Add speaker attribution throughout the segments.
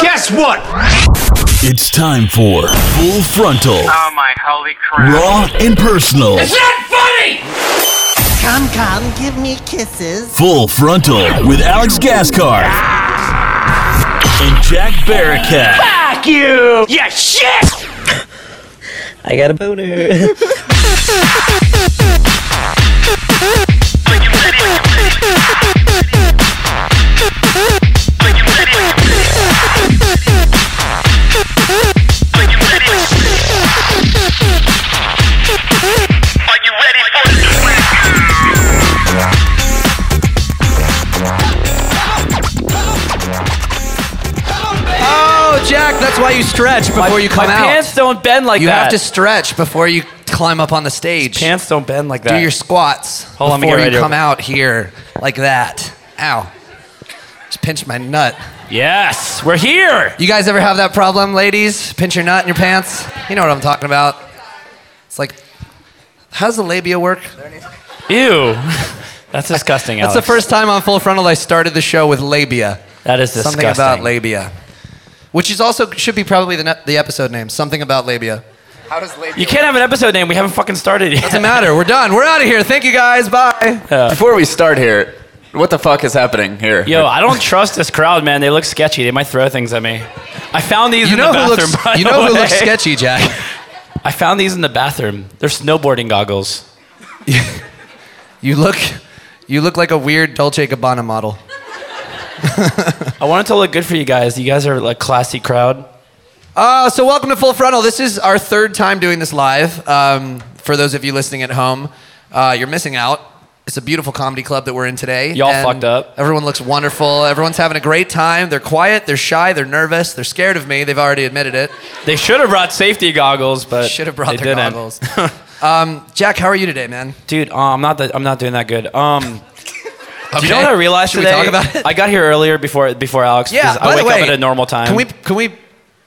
Speaker 1: guess what?
Speaker 2: It's time for Full Frontal,
Speaker 3: Oh my holy crap.
Speaker 2: Raw and Personal.
Speaker 1: not funny!
Speaker 4: Come, come, give me kisses.
Speaker 2: Full Frontal with Alex Gascar and Jack Barricat.
Speaker 1: Fuck you! Yeah, shit!
Speaker 5: I got a boner.
Speaker 3: Are you ready for the
Speaker 6: Oh, Jack, that's why you stretch before you come
Speaker 7: my
Speaker 6: out.
Speaker 7: pants don't bend like
Speaker 6: you
Speaker 7: that.
Speaker 6: have to stretch before you climb up on the stage.
Speaker 7: Pants don't bend like that.
Speaker 6: Do your squats
Speaker 7: Hold on, let me
Speaker 6: before
Speaker 7: get
Speaker 6: you
Speaker 7: right
Speaker 6: come
Speaker 7: over.
Speaker 6: out here like that. Ow. Just pinched my nut.
Speaker 7: yes, we're here.
Speaker 6: You guys ever have that problem, ladies? Pinch your nut in your pants? You know what I'm talking about. It's like, how's the labia work?
Speaker 7: Ew, that's disgusting.
Speaker 6: That's the
Speaker 7: Alex.
Speaker 6: first time on Full Frontal I started the show with labia.
Speaker 7: That is disgusting.
Speaker 6: Something about labia. Which is also, should be probably the, ne- the episode name. Something about labia. How does labia
Speaker 7: You can't have an episode name. We haven't fucking started yet.
Speaker 6: Doesn't matter. We're done. We're out of here. Thank you guys. Bye.
Speaker 8: Before we start here, what the fuck is happening here?
Speaker 7: Yo, I don't trust this crowd, man. They look sketchy. They might throw things at me. I found these
Speaker 6: You
Speaker 7: in
Speaker 6: know
Speaker 7: the
Speaker 6: who
Speaker 7: bathroom.
Speaker 6: looks
Speaker 7: by
Speaker 6: you
Speaker 7: the
Speaker 6: know who
Speaker 7: way.
Speaker 6: looks sketchy, Jack.
Speaker 7: I found these in the bathroom. They're snowboarding goggles.
Speaker 6: You look you look like a weird Dolce Gabbana model.
Speaker 7: I wanted to look good for you guys. You guys are like classy crowd.
Speaker 6: Uh, so welcome to Full Frontal. This is our third time doing this live. Um, for those of you listening at home, uh, you're missing out. It's a beautiful comedy club that we're in today.
Speaker 7: Y'all
Speaker 6: and
Speaker 7: fucked up.
Speaker 6: Everyone looks wonderful. Everyone's having a great time. They're quiet. They're shy. They're nervous. They're scared of me. They've already admitted it.
Speaker 7: They should have brought safety goggles, but
Speaker 6: Should have brought
Speaker 7: they
Speaker 6: their
Speaker 7: didn't.
Speaker 6: goggles. um, Jack, how are you today, man?
Speaker 7: Dude, uh, I'm not that, I'm not doing that good. Um,
Speaker 6: Okay.
Speaker 7: Do you know what I realized
Speaker 6: Should
Speaker 7: today?
Speaker 6: we talk about it?
Speaker 7: I got here earlier before before Alex.
Speaker 6: Yeah,
Speaker 7: because
Speaker 6: by
Speaker 7: I wake
Speaker 6: the way,
Speaker 7: up at a normal time.
Speaker 6: Can we? Can we?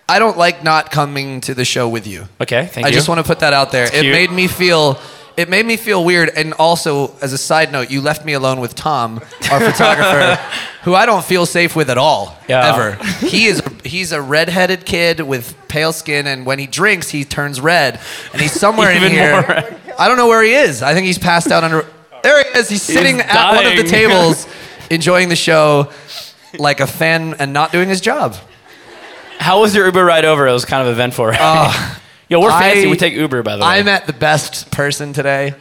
Speaker 6: I don't like not coming to the show with you.
Speaker 7: Okay, thank
Speaker 6: I
Speaker 7: you.
Speaker 6: just want to put that out there. It
Speaker 7: cute.
Speaker 6: made me feel. It made me feel weird, and also as a side note, you left me alone with Tom, our photographer, who I don't feel safe with at all.
Speaker 7: Yeah.
Speaker 6: Ever. He is. He's a redheaded kid with pale skin, and when he drinks, he turns red, and he's somewhere in
Speaker 7: Even
Speaker 6: here.
Speaker 7: more red.
Speaker 6: I don't know where he is. I think he's passed out under. There he is. He's sitting at one of the
Speaker 7: dying.
Speaker 6: tables, enjoying the show like a fan and not doing his job.
Speaker 7: How was your Uber ride over? It was kind of eventful, right? Yo, we're fancy.
Speaker 6: Uh, I-
Speaker 7: we take Uber, by the way.
Speaker 6: I met the best person today.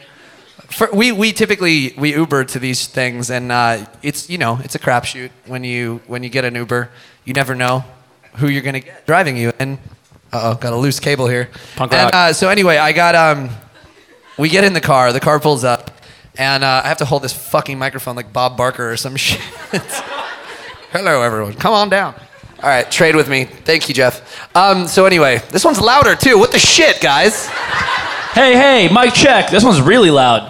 Speaker 6: For, we, we typically we Uber to these things, and uh, it's you know it's a crapshoot when you when you get an Uber, you never know who you're gonna get driving you. And uh oh, got a loose cable here.
Speaker 7: Punk
Speaker 6: and,
Speaker 7: rock.
Speaker 6: uh, so anyway, I got um, we get in the car, the car pulls up, and uh, I have to hold this fucking microphone like Bob Barker or some shit. Hello, everyone. Come on down. All right, trade with me. Thank you, Jeff. Um, so anyway, this one's louder too. What the shit, guys?
Speaker 7: hey, hey, mic check. This one's really loud.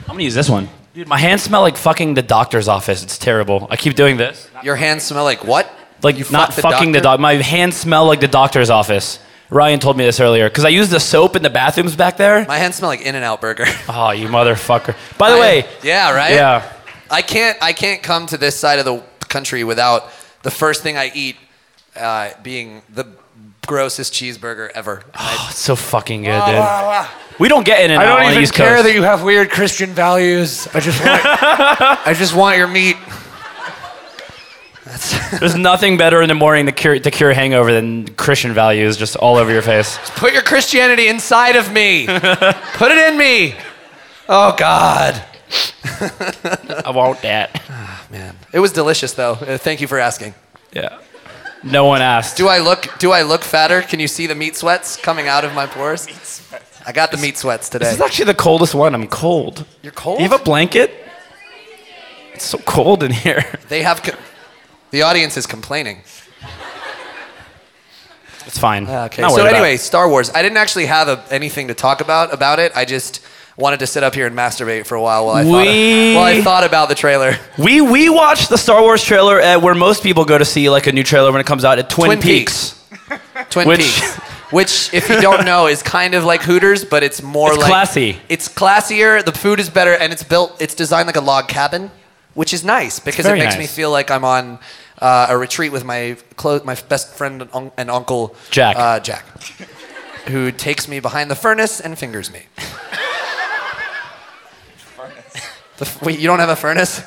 Speaker 7: I'm gonna use this one. Dude, my hands smell like fucking the doctor's office. It's terrible. I keep doing this.
Speaker 6: Your hands smell like what?
Speaker 7: Like not
Speaker 6: fucked the
Speaker 7: fucking the
Speaker 6: doctor?
Speaker 7: doc. My hands smell like the doctor's office. Ryan told me this earlier because I used the soap in the bathrooms back there.
Speaker 6: My hands smell like In and Out Burger.
Speaker 7: Oh, you motherfucker. By the way,
Speaker 6: yeah, right.
Speaker 7: Yeah.
Speaker 6: I can't. I can't come to this side of the country without the first thing I eat uh, being the grossest cheeseburger ever. And I-
Speaker 7: it's so fucking good,
Speaker 6: Ah,
Speaker 7: dude. We don't get in and
Speaker 9: I
Speaker 7: out
Speaker 9: don't
Speaker 7: on the
Speaker 9: even
Speaker 7: East
Speaker 9: care
Speaker 7: Coast.
Speaker 9: that you have weird Christian values. I just want, I just want your meat.
Speaker 7: There's nothing better in the morning to cure, to cure hangover than Christian values just all over your face.
Speaker 6: Put your Christianity inside of me. Put it in me. Oh God.
Speaker 7: I want that.
Speaker 6: It was delicious though. Uh, thank you for asking.
Speaker 7: Yeah. No one asked.
Speaker 6: Do I look? Do I look fatter? Can you see the meat sweats coming out of my pores? I got the meat sweats today.
Speaker 7: This is actually the coldest one. I'm cold.
Speaker 6: You're cold.
Speaker 7: Do you have a blanket? It's so cold in here.
Speaker 6: They have. Co- the audience is complaining.
Speaker 7: It's fine.
Speaker 6: Ah, Okay.
Speaker 7: Not
Speaker 6: So
Speaker 7: worried Ah, about
Speaker 6: anyway,
Speaker 7: it.
Speaker 6: Star Wars. I didn't actually have a, anything to talk about about it. I just wanted to sit up here and masturbate for a while while I
Speaker 7: We-
Speaker 6: thought while I thought about the trailer.
Speaker 7: we we watched the Star Wars trailer at where most people go to see like a new trailer when it comes out at Twin,
Speaker 6: Twin Peaks. Twin
Speaker 7: Which-
Speaker 6: Peaks. Which, if you don't know, is kind of like Hooters, but it's more
Speaker 7: It's
Speaker 6: like
Speaker 7: classy.
Speaker 6: It's classier. The food is better, and it's built. It's designed like a log cabin, which is nice because it
Speaker 7: very
Speaker 6: makes
Speaker 7: nice.
Speaker 6: me feel like I'm on uh, uh, a retreat with my clo- my best friend and, un- and uncle
Speaker 7: Jack.
Speaker 6: Uh, Jack, who takes me behind the furnace and fingers me. The f- wait, you don't have a furnace?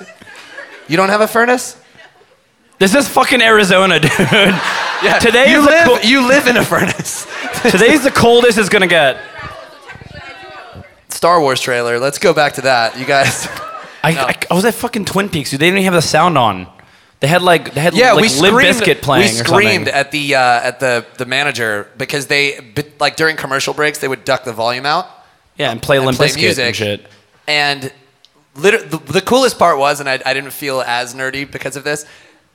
Speaker 6: You don't have a furnace?
Speaker 7: This is fucking Arizona, dude. Yeah. Today
Speaker 6: you
Speaker 7: is the
Speaker 6: live
Speaker 7: cool-
Speaker 6: you live in a furnace.
Speaker 7: Today's the coldest it's gonna get.
Speaker 6: Star Wars trailer. Let's go back to that, you guys.
Speaker 7: I, I, I was at fucking Twin Peaks, dude. They didn't even have the sound on. They had like they had
Speaker 6: Yeah,
Speaker 7: like
Speaker 6: we
Speaker 7: Limp
Speaker 6: screamed.
Speaker 7: Bizkit playing.
Speaker 6: we
Speaker 7: or
Speaker 6: screamed
Speaker 7: something.
Speaker 6: at the uh, at the the manager because they but, like during commercial breaks they would duck the volume out
Speaker 7: yeah, and play Limp
Speaker 6: play
Speaker 7: Bizkit
Speaker 6: music.
Speaker 7: and shit.
Speaker 6: and liter- the, the coolest part was, and I, I didn't feel as nerdy because of this.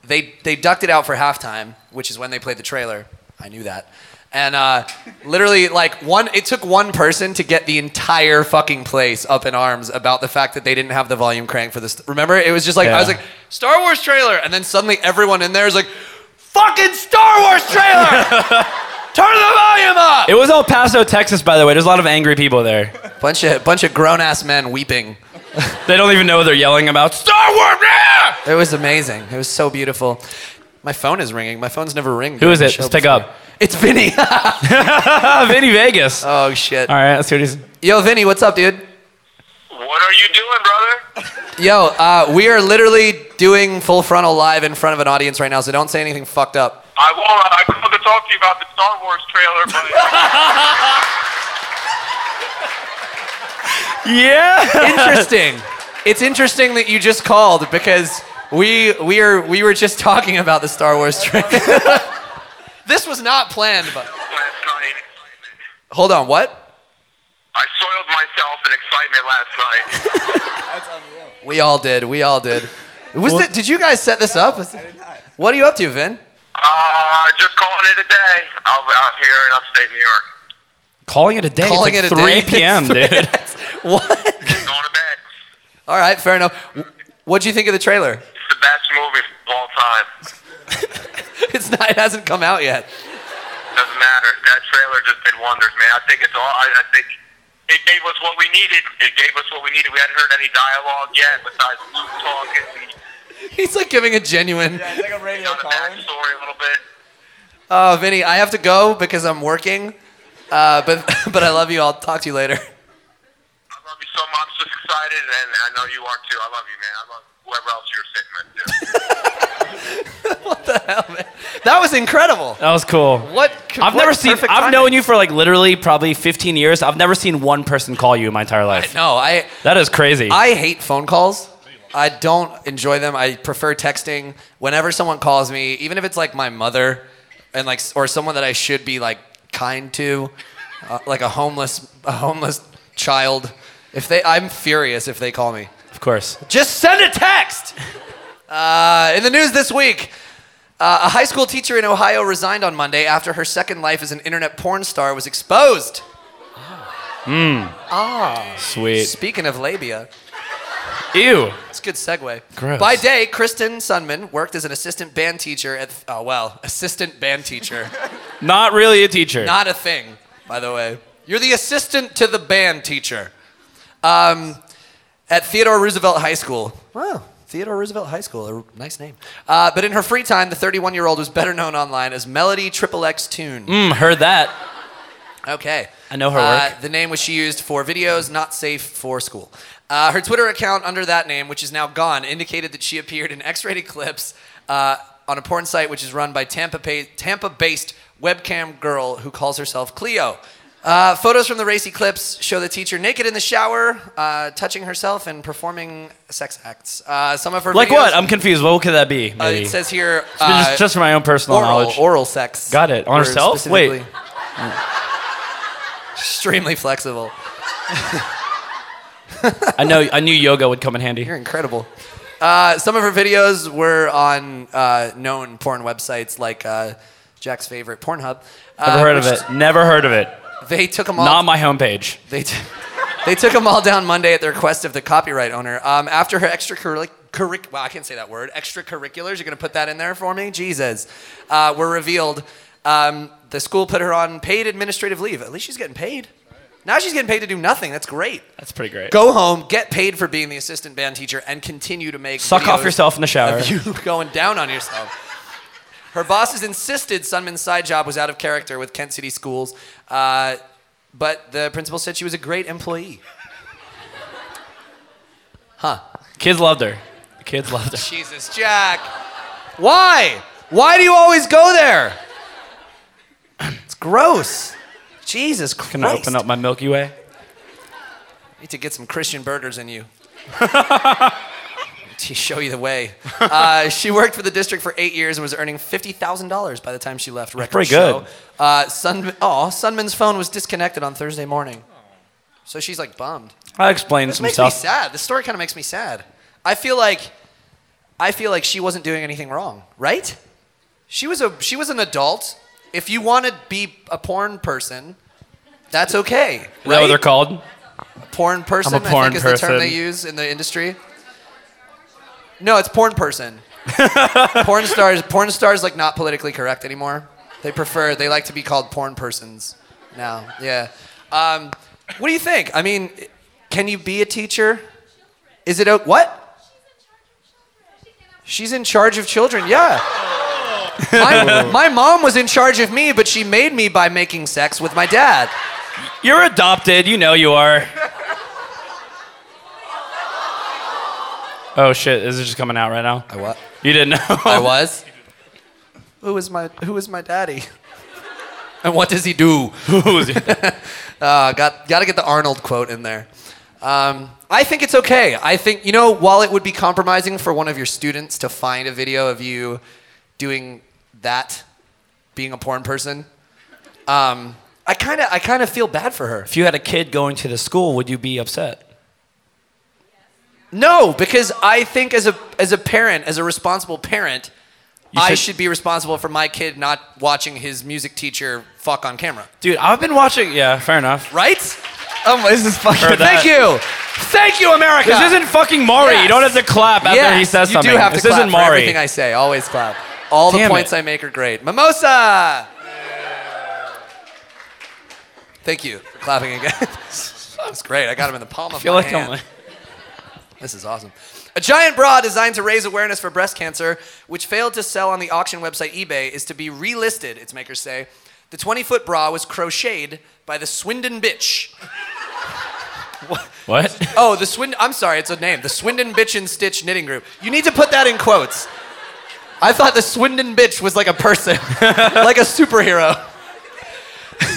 Speaker 6: They they ducked it out for halftime, which is when they played the trailer. I knew that, and uh, literally like one. It took one person to get the entire fucking place up in arms about the fact that they didn't have the volume crank for this. Remember, it was just like I was
Speaker 7: Yeah.
Speaker 6: like Star Wars trailer, and then suddenly everyone in there is like, "Fucking Star Wars trailer! Turn the volume up!"
Speaker 7: It was El Paso, Texas, by the way. There's a lot of angry people there.
Speaker 6: bunch of bunch of grown ass men weeping.
Speaker 7: They don't even know what they're yelling about. Star Wars. yeah!
Speaker 6: It was amazing. It was so beautiful. My phone is ringing. My phone's never ringed.
Speaker 7: Who is
Speaker 6: during
Speaker 7: it?
Speaker 6: the show
Speaker 7: Let's pick
Speaker 6: before.
Speaker 7: up.
Speaker 6: It's Vinny.
Speaker 7: Ah, Vinny Vegas. All
Speaker 6: oh shit.
Speaker 7: right, let's see what he's.
Speaker 6: Yo, Vinny, what's up, dude?
Speaker 3: What are you doing, brother?
Speaker 6: Yo, uh, we are literally doing full frontal live in front of an audience right now, so don't say anything fucked up.
Speaker 3: I won't. I called to talk to you about the Star Wars trailer, but
Speaker 7: Yeah.
Speaker 6: Interesting. it's interesting that you just called because we we are we were just talking about the Star Wars trailer. this was not planned, but
Speaker 3: last night, excitement.
Speaker 6: hold on. What?
Speaker 3: I soiled myself in excitement last night.
Speaker 6: We all did. We all did. Was it? Did you guys set this up? I did not. What are you up to, Vin?
Speaker 3: Uh, just calling it a day. Out, out here in upstate New York.
Speaker 7: Calling it a day.
Speaker 6: Calling
Speaker 7: it's
Speaker 6: it
Speaker 7: like 3
Speaker 6: a day.
Speaker 7: p.m.,
Speaker 6: It's
Speaker 7: dude.
Speaker 6: What?
Speaker 3: Going to bed.
Speaker 6: All right, fair enough. W- What'd you think of the trailer?
Speaker 3: It's the best movie of all time.
Speaker 6: It's not. It hasn't come out yet.
Speaker 3: Doesn't matter. That trailer just did wonders, man. I think it's all. I, I think it gave us what we needed. It gave us what we needed. We hadn't heard any dialogue yet besides Luke talking.
Speaker 6: He's like giving a genuine.
Speaker 3: You know the backstory a little bit.
Speaker 6: Oh, Vinny, I have to go because I'm working. Uh, but but I love you. I'll talk to you later.
Speaker 3: I love you so much. Just excited, and I know you are too. I love you, man. I love whoever else you're sitting with too.
Speaker 6: That was incredible.
Speaker 7: That was cool.
Speaker 6: What?
Speaker 7: I've never seen. I've known you for like literally probably 15 years. I've never seen one person call you in my entire life.
Speaker 6: No, I
Speaker 7: That is crazy.
Speaker 6: I hate phone calls. I don't enjoy them. I prefer texting. Whenever someone calls me, even if it's like my mother, and like or someone that I should be like kind to, uh, like a homeless a homeless child. If they, I'm furious if they call me.
Speaker 7: of course.
Speaker 6: Just send a text. Uh, in the news this week, uh, a high school teacher in Ohio resigned on Monday after her second life as an internet porn star was exposed.
Speaker 7: Sweet.
Speaker 6: Speaking of labia.
Speaker 7: Ew.
Speaker 6: It's a good segue.
Speaker 7: Gross.
Speaker 6: By day, Kristen Sunman worked as an assistant band teacher at, oh, well, assistant band teacher.
Speaker 7: Not really a teacher.
Speaker 6: Not a thing, by the way. You're the assistant to the band teacher um, at Theodore Roosevelt High School. Wow, Theodore Roosevelt High School, a nice name. Uh, but in her free time, the 31 year old was better known online as Melody Triple X Tune.
Speaker 7: Mm, heard that.
Speaker 6: Okay.
Speaker 7: I know her
Speaker 6: Uh,
Speaker 7: work.
Speaker 6: The name was she used for videos not safe for school. Uh, her Twitter account under that name, which is now gone, indicated that she appeared in X-rated clips uh, on a porn site which is run by Tampa pa- Tampa-based webcam girl who calls herself Cleo. Uh, photos from the racy clips show the teacher naked in the shower, uh, touching herself and performing sex acts. Uh, some of her
Speaker 7: Like
Speaker 6: videos-
Speaker 7: what? I'm confused. What could that be?
Speaker 6: uh,
Speaker 7: Maybe.
Speaker 6: it says here uh,
Speaker 7: just, just for my own personal
Speaker 6: oral,
Speaker 7: knowledge.
Speaker 6: oral sex.
Speaker 7: Got it. On
Speaker 6: Or
Speaker 7: herself? Wait.
Speaker 6: specifically- Extremely flexible.
Speaker 7: I know. I knew yoga would come in handy.
Speaker 6: You're incredible. Uh, some of her videos were on uh, known porn websites like uh, Jack's favorite Pornhub. Uh,
Speaker 7: Never heard of
Speaker 6: which-
Speaker 7: it. Never heard of it.
Speaker 6: They took them all.
Speaker 7: Not my homepage.
Speaker 6: they, t- they took 'em all down Monday at the request of the copyright owner. Um, after her extracurricular, curric- well, I can't say that word. Extracurriculars. You're gonna put that in there for me, Jesus. Uh, were revealed. Um, the school put her on paid administrative leave. At least she's getting paid. Now she's getting paid to do nothing. That's great.
Speaker 7: That's pretty great.
Speaker 6: Go home, get paid for being the assistant band teacher, and continue to make
Speaker 7: Suck off
Speaker 6: videos
Speaker 7: yourself in the shower.
Speaker 6: of you going down on yourself. Her bosses insisted Sunman's side job was out of character with Kent City schools, uh, but the principal said she was a great employee.
Speaker 7: Kids loved her. The kids loved her.
Speaker 6: Jesus, Jack. Why? Why do you always go there? It's gross. Jesus Christ.
Speaker 7: Can I open up my Milky Way?
Speaker 6: need to get some Christian burgers in you. to show you the way. Uh, she worked for the district for eight years and was earning $50,000 by the time she left record
Speaker 7: pretty
Speaker 6: show.
Speaker 7: good.
Speaker 6: Uh, Sun- oh, Sunman's phone was disconnected on Thursday morning. So she's like bummed.
Speaker 7: I explained
Speaker 6: This
Speaker 7: some
Speaker 6: makes
Speaker 7: stuff.
Speaker 6: me sad. This story kind of makes me sad. I feel like I feel like she wasn't doing anything wrong, right? She was a she was an adult. If you want to be a porn person, that's okay. Right?
Speaker 7: Is that what they're called?
Speaker 6: porn person.
Speaker 7: I'm a porn
Speaker 6: I think is the term they
Speaker 7: person.
Speaker 6: use in the industry. No, it's porn person. porn stars. Porn stars like not politically correct anymore. They prefer. They like to be called porn persons now. Yeah. Um, what do you think? I mean, can you be a teacher? Is it o what? She's in charge of children. Yeah. My, my mom was in charge of me, but she made me by making sex with my dad.
Speaker 7: You're adopted. You know you are. oh shit! Is it just coming out right now?
Speaker 6: I what?
Speaker 7: You didn't know.
Speaker 6: I was. Who is my Who is my daddy? And what does he do? Uh, got got to get the Arnold quote in there. Um, I think it's okay. I think you know while it would be compromising for one of your students to find a video of you doing that, being a porn person. Um, I kind of I kind of feel bad for her.
Speaker 7: if you had a kid going to the school, would you be upset?
Speaker 6: No, because I think as a as a parent, as a responsible parent, I
Speaker 7: should-
Speaker 6: should be responsible for my kid not watching his music teacher fuck on camera.
Speaker 7: Dude, I've been watching. Yeah, fair enough.
Speaker 6: Right?
Speaker 8: Oh, this is fucking.
Speaker 7: Heard that.
Speaker 6: Thank you. Thank you, America.
Speaker 7: This isn't fucking Mari. You don't have to clap after
Speaker 6: yes,
Speaker 7: he says
Speaker 6: you
Speaker 7: something.
Speaker 6: do have to
Speaker 7: this
Speaker 6: clap
Speaker 7: isn't
Speaker 6: for
Speaker 7: Mari.
Speaker 6: everything I say. Always clap. All
Speaker 7: Damn
Speaker 6: the points
Speaker 7: it.
Speaker 6: I make are great. Mimosa. Thank you for clapping again. That's great. I got him in the palm of
Speaker 7: feel
Speaker 6: my
Speaker 7: like
Speaker 6: hand.
Speaker 7: I'm. Like,
Speaker 6: This is awesome. A giant bra designed to raise awareness for breast cancer, which failed to sell on the auction website eBay, is to be relisted, its makers say. The 20 foot bra was crocheted by the Swindon Bitch.
Speaker 7: what?
Speaker 6: Oh, the Swindon, I'm sorry, it's a name. The Swindon Bitch and Stitch Knitting Group. You need to put that in quotes. I thought the Swindon Bitch was like a person, like a superhero.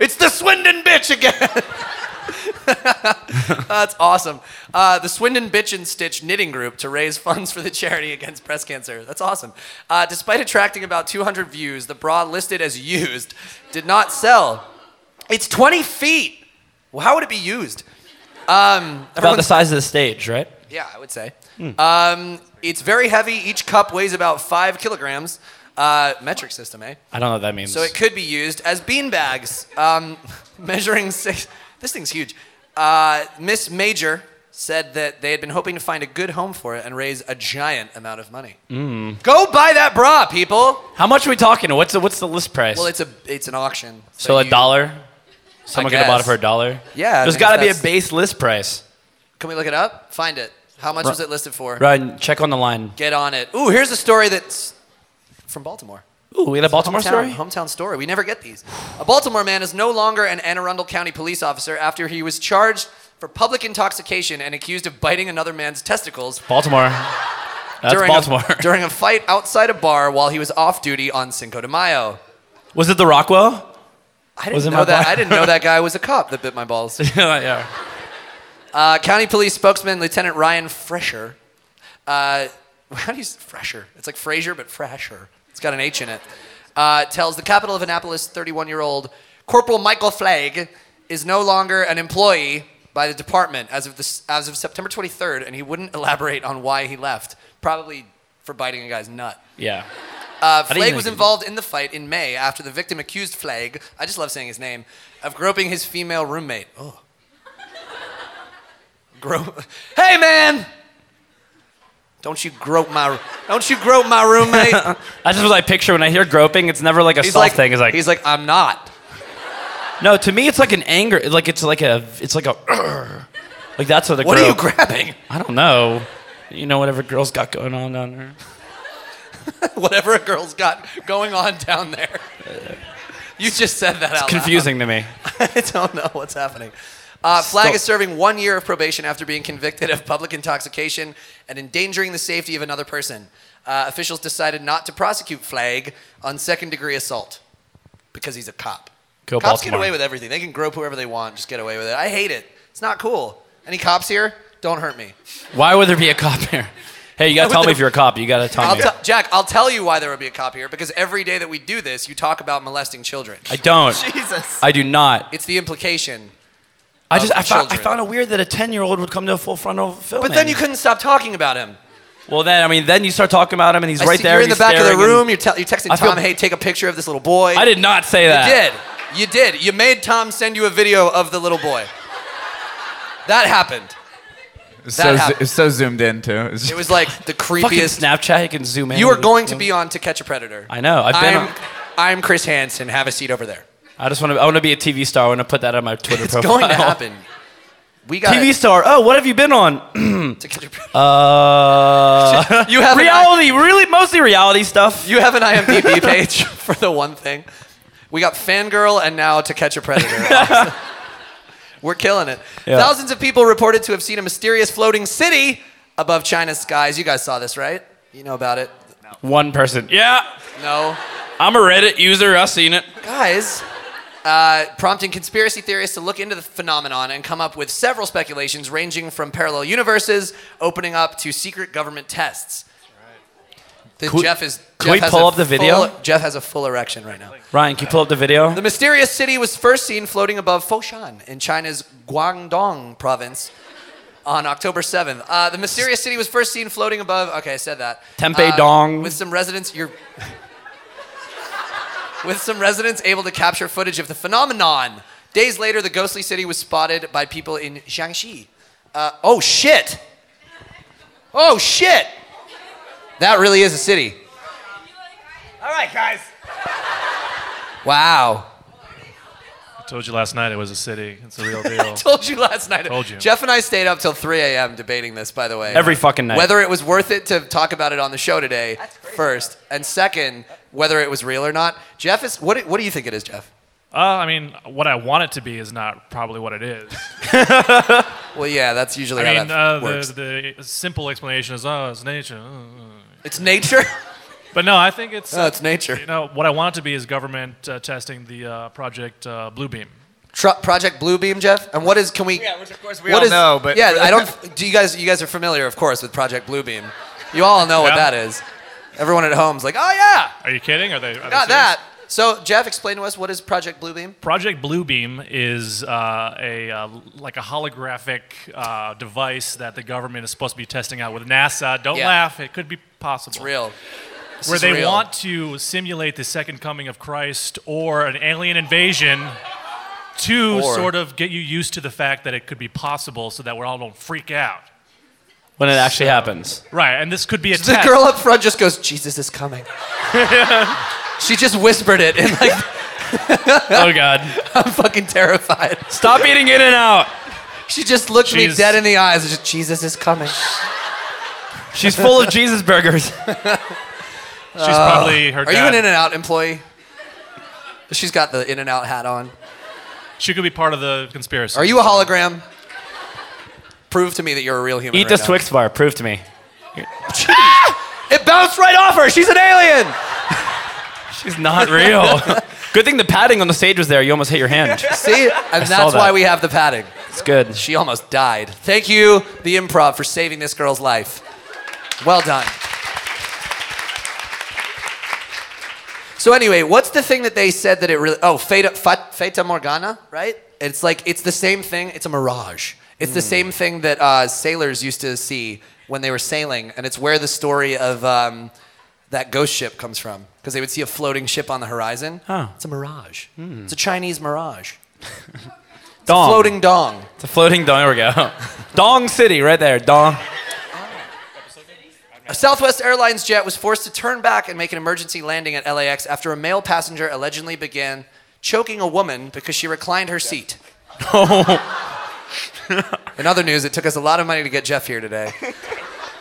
Speaker 6: it's the Swindon Bitch again. That's awesome. Uh, the Swindon Bitch and Stitch Knitting Group to raise funds for the charity against breast cancer. That's awesome. Uh, despite attracting about 200 views, the bra listed as used did not sell. It's 20 feet. Well, how would it be used? Um,
Speaker 7: About the
Speaker 6: everyone's-
Speaker 7: size of the stage, right?
Speaker 6: yeah, I would say. Um, it's very heavy. Each cup weighs about five kilograms. Uh, metric system, eh?
Speaker 7: I don't know what that means.
Speaker 6: So it could be used as bean bags, um, measuring six. This thing's huge. Uh, Miss Major said that they had been hoping to find a good home for it and raise a giant amount of money.
Speaker 7: Mm.
Speaker 6: Go buy that bra, people.
Speaker 7: How much are we talking? What's the, what's the list price?
Speaker 6: Well, it's a it's an auction.
Speaker 7: so a
Speaker 6: you-
Speaker 7: dollar. Someone could have bought it
Speaker 6: guess.
Speaker 7: for a dollar.
Speaker 6: Yeah, I
Speaker 7: There's
Speaker 6: mean,
Speaker 7: got to be a
Speaker 6: that's-
Speaker 7: base list price.
Speaker 6: Can we look it up? Find it. How much was it listed for?
Speaker 7: Ryan, check on the line.
Speaker 6: Get on it. Ooh, here's a story that's from Baltimore.
Speaker 7: Ooh, we had a Baltimore story.
Speaker 6: hometown, Hometown story. We never get these. A Baltimore man is no longer an Anne Arundel County police officer after he was charged for public intoxication and accused of biting another man's testicles
Speaker 7: Baltimore. That's
Speaker 6: during,
Speaker 7: Baltimore.
Speaker 6: A, during a fight outside a bar while he was off duty on Cinco de Mayo.
Speaker 7: was it the Rockwell?
Speaker 6: I didn't
Speaker 7: Was it
Speaker 6: know
Speaker 7: my
Speaker 6: that.
Speaker 7: bar?
Speaker 6: I didn't know that guy was a cop that bit my balls.
Speaker 7: yeah.
Speaker 6: Uh, County Police spokesman Lieutenant Ryan Fresher. Uh, how do you s- Fresher? It's like Frazier, but Fresher. It's got an H in it. Uh, tells the capital of Annapolis 31-year-old Corporal Michael Flagg is no longer an employee by the department as of this, as of September 23rd, and he wouldn't elaborate on why he left. Probably for biting a guy's nut.
Speaker 7: Yeah.
Speaker 6: Uh,
Speaker 7: didn't
Speaker 6: Flagg
Speaker 7: know
Speaker 6: was
Speaker 7: you-
Speaker 6: involved in the fight in May after the victim accused Flagg, I just love saying his name, of groping his female roommate. Oh. Gro- hey, man! Don't you grope my, don't you grope my roommate?
Speaker 7: That's just what I picture when I hear groping. It's never like a
Speaker 6: he's
Speaker 7: soft
Speaker 6: like,
Speaker 7: thing. It's like,
Speaker 6: he's like, I'm not.
Speaker 7: no, to me, it's like an anger. Like it's like a, it's like a, like that's what the
Speaker 6: What
Speaker 7: girl.
Speaker 6: are you grabbing?
Speaker 7: I don't know. You know, whatever girl's got going on down there.
Speaker 6: whatever a girl's got going on down there. You just said that out loud.
Speaker 7: Confusing to me.
Speaker 6: I don't know what's happening. Uh, Flag
Speaker 7: Stop.
Speaker 6: is serving one year of probation after being convicted of public intoxication and endangering the safety of another person. Uh, officials decided not to prosecute Flag on second degree assault because he's a cop.
Speaker 7: Go
Speaker 6: Cops
Speaker 7: Baltimore.
Speaker 6: get away with everything. They can grope whoever they want, just get away with it. I hate it. It's not cool. Any cops here? Don't hurt me.
Speaker 7: Why would there be a cop here? Hey, you gotta
Speaker 6: Why would
Speaker 7: tell me
Speaker 6: there-
Speaker 7: if you're a cop. You gotta tell
Speaker 6: I'll
Speaker 7: me.
Speaker 6: tell- Jack, I'll tell you why there would be a cop here because every day that we do this, you talk about molesting children.
Speaker 7: I don't.
Speaker 4: Jesus.
Speaker 7: I do not.
Speaker 6: It's the implication.
Speaker 7: I just
Speaker 6: Of
Speaker 7: I found, I
Speaker 6: children.
Speaker 7: found it weird that a ten year old would come to a full frontal film.
Speaker 6: But then you couldn't stop talking about him.
Speaker 7: Well, then I mean, then you start talking about him, and he's
Speaker 6: I
Speaker 7: right
Speaker 6: see
Speaker 7: there.
Speaker 6: You're in the
Speaker 7: he's
Speaker 6: back of the
Speaker 7: staring, and-
Speaker 6: room. You're, te- you're texting
Speaker 7: I feel-
Speaker 6: Tom, hey, take a picture of this little boy.
Speaker 7: I did not say that.
Speaker 6: You did. You did. You made Tom send you a video of the little boy. That happened.
Speaker 8: so, zo-
Speaker 6: happened.
Speaker 8: it's so zoomed in too. It's
Speaker 6: It was like the
Speaker 7: Fucking
Speaker 6: creepiest.
Speaker 7: Snapchat. You can zoom in.
Speaker 6: You are going to be on To Catch a Predator.
Speaker 7: I know. I've been.
Speaker 6: I'm,
Speaker 7: on-
Speaker 6: I'm Chris Hansen. Have a seat over there.
Speaker 7: I just want to. I want to be a TV star. I want to put that on my Twitter
Speaker 6: It's
Speaker 7: profile.
Speaker 6: going to happen. We got
Speaker 7: TV star. Oh, what have you been on?
Speaker 6: To Catch a Predator.
Speaker 7: Uh,
Speaker 6: You have an
Speaker 7: reality. Really, mostly reality stuff.
Speaker 6: You have an IMDb page for the one thing. We got Fangirl and now To Catch a Predator. We're killing it.
Speaker 7: Yeah.
Speaker 6: Thousands of people reported to have seen a mysterious floating city above China's skies. You guys saw this, right? You know about it.
Speaker 7: One person. Yeah,
Speaker 6: No.
Speaker 7: I'm a Reddit user. I've seen it.
Speaker 6: Guys, uh, prompting conspiracy theorists to look into the phenomenon and come up with several speculations ranging from parallel universes opening up to secret government tests. The
Speaker 7: Could-
Speaker 6: Jeff is.
Speaker 7: could
Speaker 6: Jeff
Speaker 7: we
Speaker 6: has
Speaker 7: pull
Speaker 6: a
Speaker 7: up the
Speaker 6: full-
Speaker 7: video?
Speaker 6: Jeff has a full erection right now.
Speaker 7: Ryan, can you pull up the video?
Speaker 6: The mysterious city was first seen floating above Foshan in China's Guangdong province on October 7th. Uh, the mysterious city was first seen floating above. Okay, I said that.
Speaker 7: Tempeh
Speaker 6: Uh,
Speaker 7: Dong.
Speaker 6: With some residents, you're. with some residents able to capture footage of the phenomenon. Days later, the ghostly city was spotted by people in Shaanxi. Uh, oh shit! Oh shit! That really is a city.
Speaker 4: All right, guys.
Speaker 6: Wow.
Speaker 10: I told you last night it was a city. It's a real
Speaker 6: I
Speaker 10: deal.
Speaker 6: told you last night.
Speaker 10: Told you.
Speaker 6: Jeff and I stayed up till 3 a.m. debating this, by the way.
Speaker 7: Every fucking night.
Speaker 6: Whether it was worth it to talk about it on the show today, first. And second, whether it was real or not. Jeff is, what, do- what do you think it is, Jeff?
Speaker 10: uh, I mean, what I want it to be is not probably what it is.
Speaker 6: Well, yeah, that's usually
Speaker 10: I
Speaker 6: how
Speaker 10: mean,
Speaker 6: that
Speaker 10: uh,
Speaker 6: works.
Speaker 10: the, the simple explanation is, oh, it's nature. uh, uh."
Speaker 6: it's nature?
Speaker 10: But no, I think it's,
Speaker 6: no,
Speaker 10: uh,
Speaker 6: it's nature.
Speaker 10: you know, what I want it to be is government uh, testing the uh, project uh, Bluebeam.
Speaker 6: Tru Project Bluebeam, Jeff? And what is, can we,
Speaker 8: yeah, which of course we
Speaker 6: what
Speaker 8: all
Speaker 6: is-
Speaker 8: know, but
Speaker 6: Yeah, I don't, do you guys, you guys are familiar, of course, with Project Bluebeam. You all know what
Speaker 10: Yeah.
Speaker 6: that is. Everyone at home's like, oh yeah,
Speaker 10: Are you kidding? Are they? Are they serious?
Speaker 6: got that. So, Jeff, explain to us what is Project Bluebeam?
Speaker 10: Project Bluebeam is uh, a uh, like a holographic uh, device that the government is supposed to be testing out with NASA. Don't
Speaker 6: Yeah.
Speaker 10: laugh; it could be possible.
Speaker 6: It's real. This
Speaker 10: Where
Speaker 6: is
Speaker 10: they
Speaker 6: real.
Speaker 10: want to simulate the second coming of Christ or an alien invasion to
Speaker 6: Or-
Speaker 10: sort of get you used to the fact that it could be possible, so that we all don't freak out.
Speaker 7: When it actually happens.
Speaker 10: Right, and this could be a
Speaker 6: The
Speaker 10: test.
Speaker 6: girl up front just goes, Jesus is coming. she just whispered it, and like,
Speaker 7: Oh God!
Speaker 6: I'm fucking terrified.
Speaker 7: Stop eating In and Out.
Speaker 6: She just looked me
Speaker 10: She's-
Speaker 6: dead in the eyes and just, Jesus is coming.
Speaker 7: She's full of Jesus burgers.
Speaker 10: She's probably her
Speaker 6: Uh, Are you
Speaker 10: dad.
Speaker 6: an In and Out employee? She's got the In and Out hat on.
Speaker 10: she could be part of the conspiracy.
Speaker 6: Are you a hologram? Prove to me that you're a real human.
Speaker 7: Eat
Speaker 6: right
Speaker 7: this
Speaker 6: now.
Speaker 7: Twix bar. Prove to me.
Speaker 6: It bounced right off her. She's an alien.
Speaker 7: She's not real. good thing the padding on the stage was there. You almost hit your hand.
Speaker 6: See? And
Speaker 7: saw
Speaker 6: that's why
Speaker 7: that.
Speaker 6: we have the padding.
Speaker 7: It's good.
Speaker 6: She almost died. Thank you, the improv, for saving this girl's life. Well done. So anyway, what's the thing that they said that it really? Oh, Fata, Fat- Fata Morgana, right? It's like it's the same thing. It's a mirage. It's the same thing that uh, sailors used to see when they were sailing, and it's where the story of um, that ghost ship comes from, because they would see a floating ship on the horizon.
Speaker 7: Huh.
Speaker 6: It's a mirage. It's a Chinese mirage.
Speaker 7: Dong.
Speaker 6: Floating dong.
Speaker 7: It's a floating dong. There we go. dong City, right there. Dong.
Speaker 6: A Southwest Airlines jet was forced to turn back and make an emergency landing at LAX after a male passenger allegedly began choking a woman because she reclined her seat. In other news, it took us a lot of money to get Jeff here today.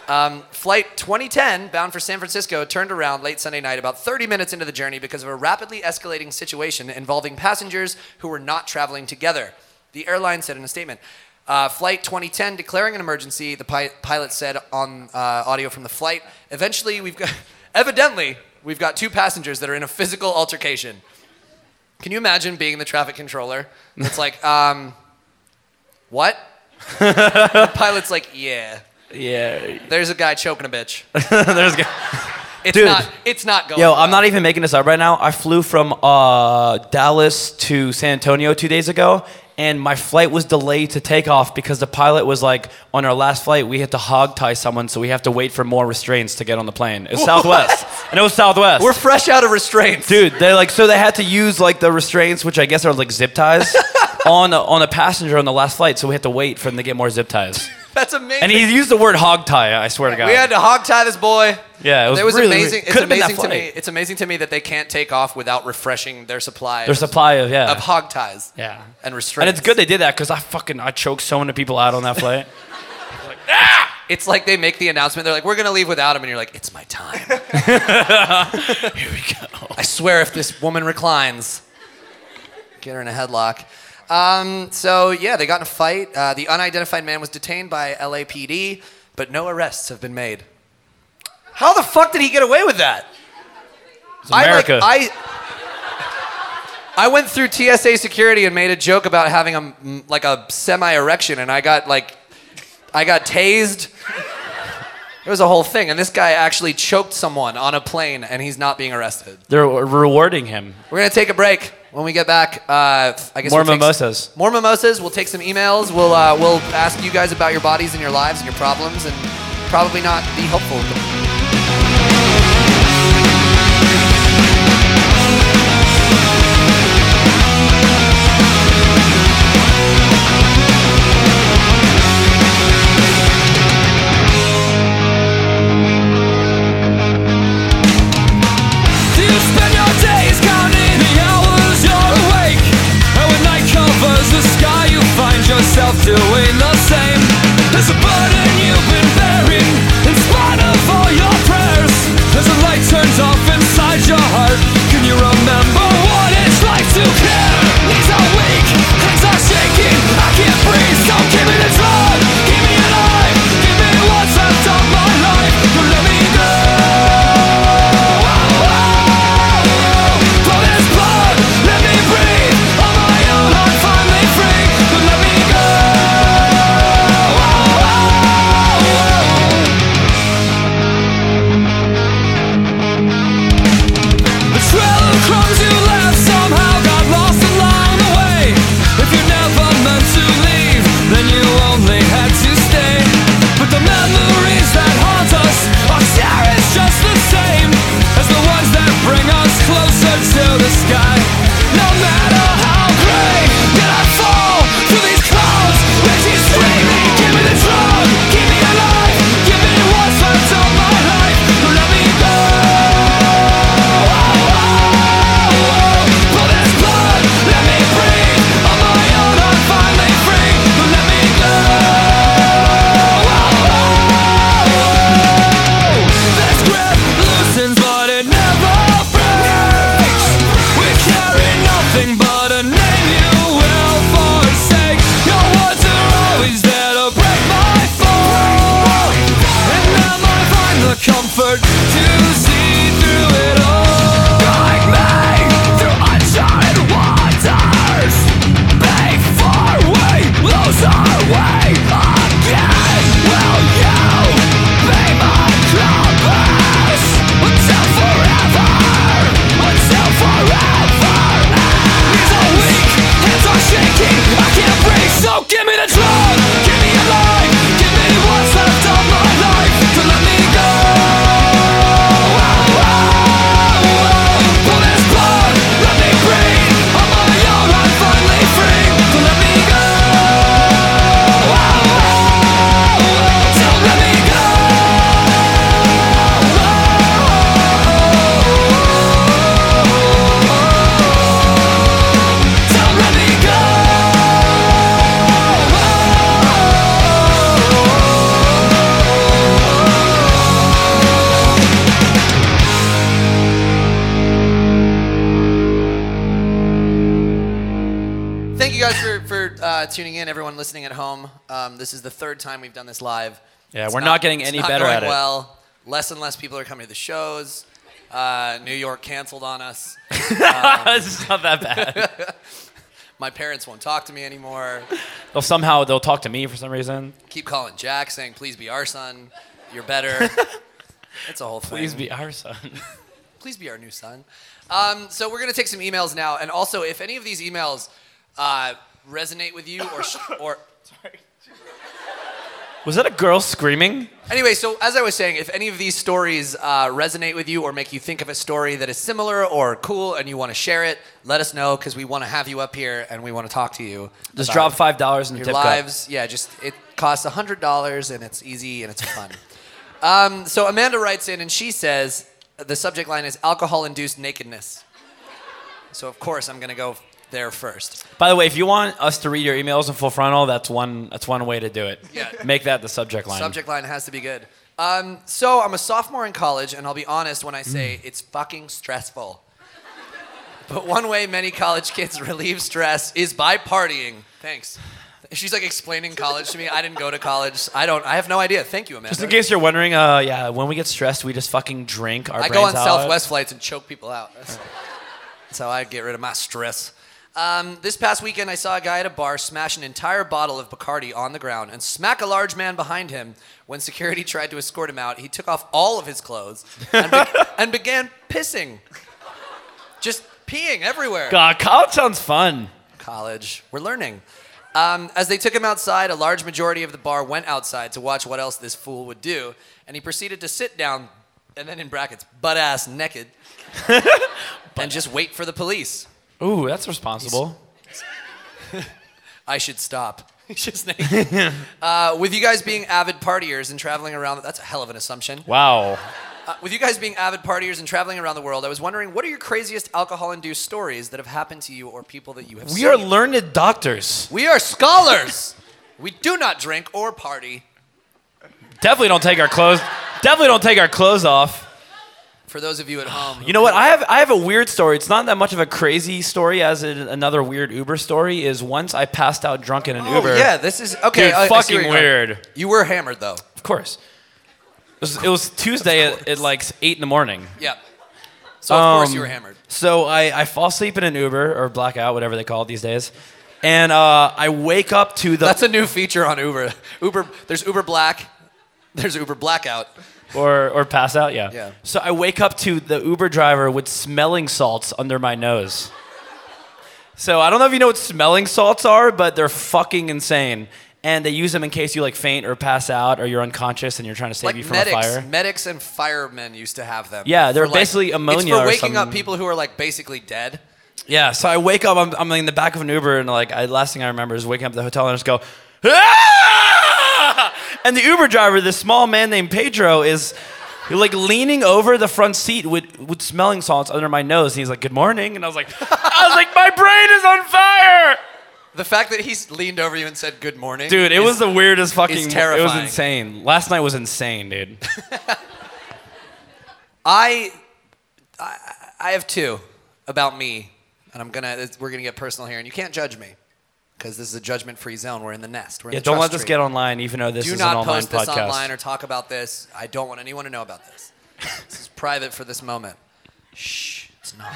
Speaker 6: Um, flight 2010, bound for San Francisco, turned around late Sunday night, about 30 minutes into the journey, because of a rapidly escalating situation involving passengers who were not traveling together. The airline said in a statement. Uh, flight 2010 declaring an emergency, the pi- pilot said on uh, audio from the flight. Eventually, we've got, evidently, we've got two passengers that are in a physical altercation. Can you imagine being the traffic controller? It's like, um, what? the pilot's like, yeah.
Speaker 7: Yeah.
Speaker 6: There's a guy choking a bitch.
Speaker 7: There's a guy.
Speaker 6: It's
Speaker 7: Dude.
Speaker 6: not. It's not going.
Speaker 7: Yo, I'm not even making this up right now. I flew from uh, Dallas to San Antonio two days ago, and my flight was delayed to takeoff because the pilot was like, on our last flight, we had to hog tie someone, so we have to wait for more restraints to get on the plane. It was Southwest. And it was Southwest.
Speaker 6: We're fresh out of restraints.
Speaker 7: Dude, they like so they had to use like the restraints, which I guess are like zip ties, on a, on a passenger on the last flight, so we had to wait for them to get more zip ties.
Speaker 6: That's amazing.
Speaker 7: And he used the word hog tie, I swear to God.
Speaker 6: we had to hog tie this boy.
Speaker 7: Yeah, it was
Speaker 6: That was
Speaker 7: really
Speaker 6: amazing.
Speaker 7: weird.
Speaker 6: It's
Speaker 7: Could've been that
Speaker 6: amazing to
Speaker 7: flight.
Speaker 6: me. It's amazing to me that they can't take off without refreshing their supply.
Speaker 7: Their supply of- yeah.
Speaker 6: Of hog ties.
Speaker 7: Yeah.
Speaker 6: And
Speaker 7: and
Speaker 6: restraints.
Speaker 7: it's good they did that because I fucking I choked so many people out on that flight.
Speaker 6: It's like they make the announcement. They're like, "We're gonna leave without him," and you're like, "It's my time." Here we go. I swear, if this woman reclines, get her in a headlock. Um, so yeah, they got in a fight. Uh, the unidentified man was detained by LAPD, but no arrests have been made. How the fuck did he get away with that?
Speaker 7: It's America.
Speaker 6: I, like, I I went through TSA security and made a joke about having a m- like a semi erection, and I got like I got tased. It was a whole thing, and this guy actually choked someone on a plane, and he's not being arrested.
Speaker 7: They're rewarding him.
Speaker 6: We're gonna take a break. When we get back, uh, I guess
Speaker 7: More
Speaker 6: we'll take-
Speaker 7: mimosas.
Speaker 6: more mimosas. We'll take some emails. We'll uh, we'll ask you guys about your bodies and your lives and your problems, and probably not be helpful.
Speaker 11: Do you spend your days counting the hours you're awake? And when night covers the sky, you find yourself doing the same. There's a burden you've been bearing in spite of all your prayers. There's a light turned off inside your
Speaker 6: you guys for, for uh, tuning in. Everyone listening at home, um, this is the third time we've done this live.
Speaker 7: Yeah, we're not getting
Speaker 6: it's
Speaker 7: any
Speaker 6: not
Speaker 7: better
Speaker 6: going
Speaker 7: at it.
Speaker 6: Well, less and less people are coming to the shows. Uh, New York canceled on us. Um,
Speaker 7: This is not that bad.
Speaker 6: my parents won't talk to me anymore.
Speaker 7: They'll somehow they'll talk to me for some reason.
Speaker 6: Keep calling Jack, saying, "Please be our son. You're better." it's a whole thing.
Speaker 7: Please be our son.
Speaker 6: please be our new son. Um, so we're gonna take some emails now, and also if any of these emails uh, resonate with you or sh- or
Speaker 7: Was that a girl screaming?
Speaker 6: Anyway, so as I was saying, if any of these stories uh, resonate with you or make you think of a story that is similar or cool and you want to share it, let us know because we want to have you up here and we want to talk to you.
Speaker 7: Just
Speaker 6: about
Speaker 7: drop five dollars in the
Speaker 6: your
Speaker 7: tip cup.
Speaker 6: lives. Yeah, just it costs a hundred dollars and it's easy and it's fun. um, so Amanda writes in and she says the subject line is alcohol-induced nakedness. So of course I'm gonna go there first.
Speaker 7: By the way, if you want us to read your emails in full frontal, that's one that's one way to do it.
Speaker 6: Yeah.
Speaker 7: Make that the subject line.
Speaker 6: Subject line has to be good. Um, so I'm a sophomore in college, and I'll be honest when I say it's fucking stressful. But one way many college kids relieve stress is by partying. Thanks. She's like explaining college to me. I didn't go to college. I don't. I have no idea. Thank you, Amanda.
Speaker 7: Just in case you're wondering, uh, yeah, when we get stressed, we just fucking drink our
Speaker 6: I go
Speaker 7: brains
Speaker 6: on
Speaker 7: out.
Speaker 6: Southwest flights and choke people out. That's, that's how I get rid of my stress. Um, this past weekend, I saw a guy at a bar smash an entire bottle of Bacardi on the ground and smack a large man behind him. When security tried to escort him out, he took off all of his clothes and, be- and began pissing. Just peeing everywhere.
Speaker 7: God, college sounds fun.
Speaker 6: College. We're learning. Um, as they took him outside, a large majority of the bar went outside to watch what else this fool would do, and he proceeded to sit down, and then in brackets, butt ass naked, and just wait for the police.
Speaker 7: Ooh, that's responsible.
Speaker 6: I should stop. He's just naked. uh, with you guys being avid partiers and traveling around, that's a hell of an assumption.
Speaker 7: Wow.
Speaker 6: Uh, with you guys being avid partiers and traveling around the world, I was wondering what are your craziest alcohol-induced stories that have happened to you or people that you have
Speaker 7: We
Speaker 6: seen?
Speaker 7: are learned doctors.
Speaker 6: we are scholars. we do not drink or party.
Speaker 7: Definitely don't take our clothes. Definitely don't take our clothes off.
Speaker 6: For those of you at home,
Speaker 7: You know what? I have I have a weird story. It's not that much of a crazy story as it, another weird Uber story is once I passed out drunk in an
Speaker 6: Oh,
Speaker 7: Uber.
Speaker 6: yeah, this is okay.
Speaker 7: Dude,
Speaker 6: I- I see
Speaker 7: fucking
Speaker 6: where you're going.
Speaker 7: weird.
Speaker 6: You were hammered though.
Speaker 7: Of course. It was, it was Tuesday at, at like eight in the morning.
Speaker 6: Yeah. So of course you
Speaker 7: Um,
Speaker 6: were hammered.
Speaker 7: So I, I fall asleep in an Uber or blackout, whatever they call it these days, and uh, I wake up to the.
Speaker 6: That's a new feature on Uber. Uber, there's Uber Black, there's Uber Blackout.
Speaker 7: or or pass out, yeah.
Speaker 6: Yeah.
Speaker 7: So I wake up to the Uber driver with smelling salts under my nose. So I don't know if you know what smelling salts are, but they're fucking insane. And they use them in case you like faint or pass out or you're unconscious and you're trying to save
Speaker 6: Like
Speaker 7: you from
Speaker 6: medics,
Speaker 7: a fire.
Speaker 6: medics and firemen used to have them.
Speaker 7: Yeah, they're
Speaker 6: For, like-
Speaker 7: basically ammonia
Speaker 6: It's for
Speaker 7: or
Speaker 6: waking up
Speaker 7: some-
Speaker 6: people who are like basically dead.
Speaker 7: Yeah, so I wake up, I'm, I'm in the back of an Uber, and like, I, last thing I remember is waking up at the hotel and I just go, "Ah!" and the Uber driver, this small man named Pedro, is like leaning over the front seat with, with smelling salts under my nose, and he's like, "Good morning," and I was like, I was like, my brain is on fire,
Speaker 6: The fact that he's leaned over you and said good morning,
Speaker 7: dude. It
Speaker 6: is-
Speaker 7: was the weirdest fucking. It was
Speaker 6: terrifying.
Speaker 7: insane. Last night was insane, dude.
Speaker 6: I, I, I have two about me, and I'm gonna it's- we're gonna get personal here, and you can't judge me because this is a judgment-free zone. We're in the nest. We're in
Speaker 7: yeah,
Speaker 6: the
Speaker 7: don't let
Speaker 6: trust
Speaker 7: this
Speaker 6: tree.
Speaker 7: get online, even though this
Speaker 6: Do
Speaker 7: is
Speaker 6: not
Speaker 7: an online
Speaker 6: post this
Speaker 7: podcast.
Speaker 6: online or talk about this. I don't want anyone to know about this. this is private for this moment. Shh, it's not.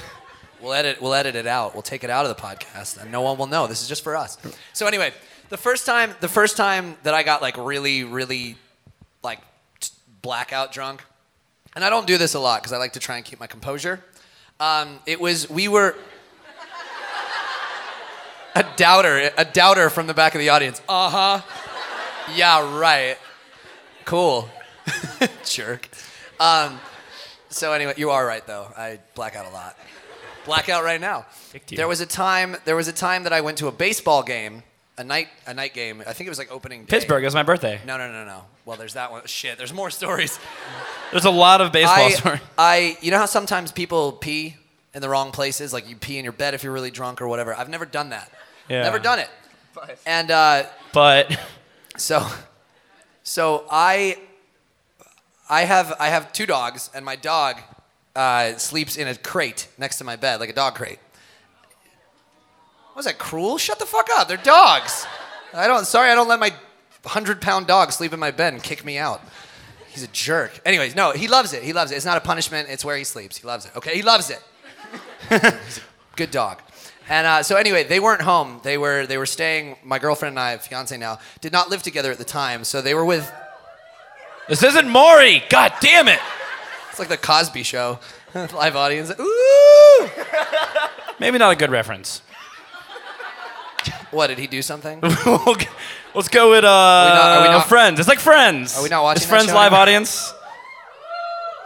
Speaker 6: We'll edit. We'll edit it out. We'll take it out of the podcast, and no one will know. This is just for us. So anyway, the first time, the first time that I got like really, really, like t- blackout drunk, and I don't do this a lot because I like to try and keep my composure. Um, it was we were. A doubter, a doubter from the back of the audience. Uh huh. Yeah, right. Cool. Jerk. Um, so anyway, you are right though. I black out a lot. Black out right now.
Speaker 7: you.
Speaker 6: There was a time. There was a time that I went to a baseball game, a night, a night game. I think it was like opening. Day.
Speaker 7: Pittsburgh. It was my birthday.
Speaker 6: No, no, no, no. Well, there's that one. Shit. There's more stories.
Speaker 7: There's a lot of baseball stories.
Speaker 6: I, I, you know how sometimes people pee in the wrong places, like you pee in your bed if you're really drunk or whatever. I've never done that.
Speaker 7: Yeah.
Speaker 6: Never done it. And uh,
Speaker 7: But
Speaker 6: So, so I, I have I have two dogs, and my dog uh, sleeps in a crate next to my bed, like a dog crate. Was that cruel? Shut the fuck up. They're dogs. I don't. Sorry, I don't let my hundred-pound dog sleep in my bed and kick me out. He's a jerk. Anyways, no, he loves it. He loves it. It's not a punishment. It's where he sleeps. He loves it. Okay, he loves it. Good dog. And uh, so anyway, they weren't home. They were they were staying. My girlfriend and I, fiance now, did not live together at the time. So they were with. This isn't Maury. God damn it. It's like the Cosby Show, live audience. Ooh.
Speaker 7: Maybe not a good reference.
Speaker 6: What did he do something?
Speaker 7: Let's go with uh,
Speaker 6: not- are we not-
Speaker 7: Friends. It's like Friends.
Speaker 6: Are we not watching
Speaker 7: It's
Speaker 6: that
Speaker 7: Friends
Speaker 6: show
Speaker 7: live
Speaker 6: anymore?
Speaker 7: audience.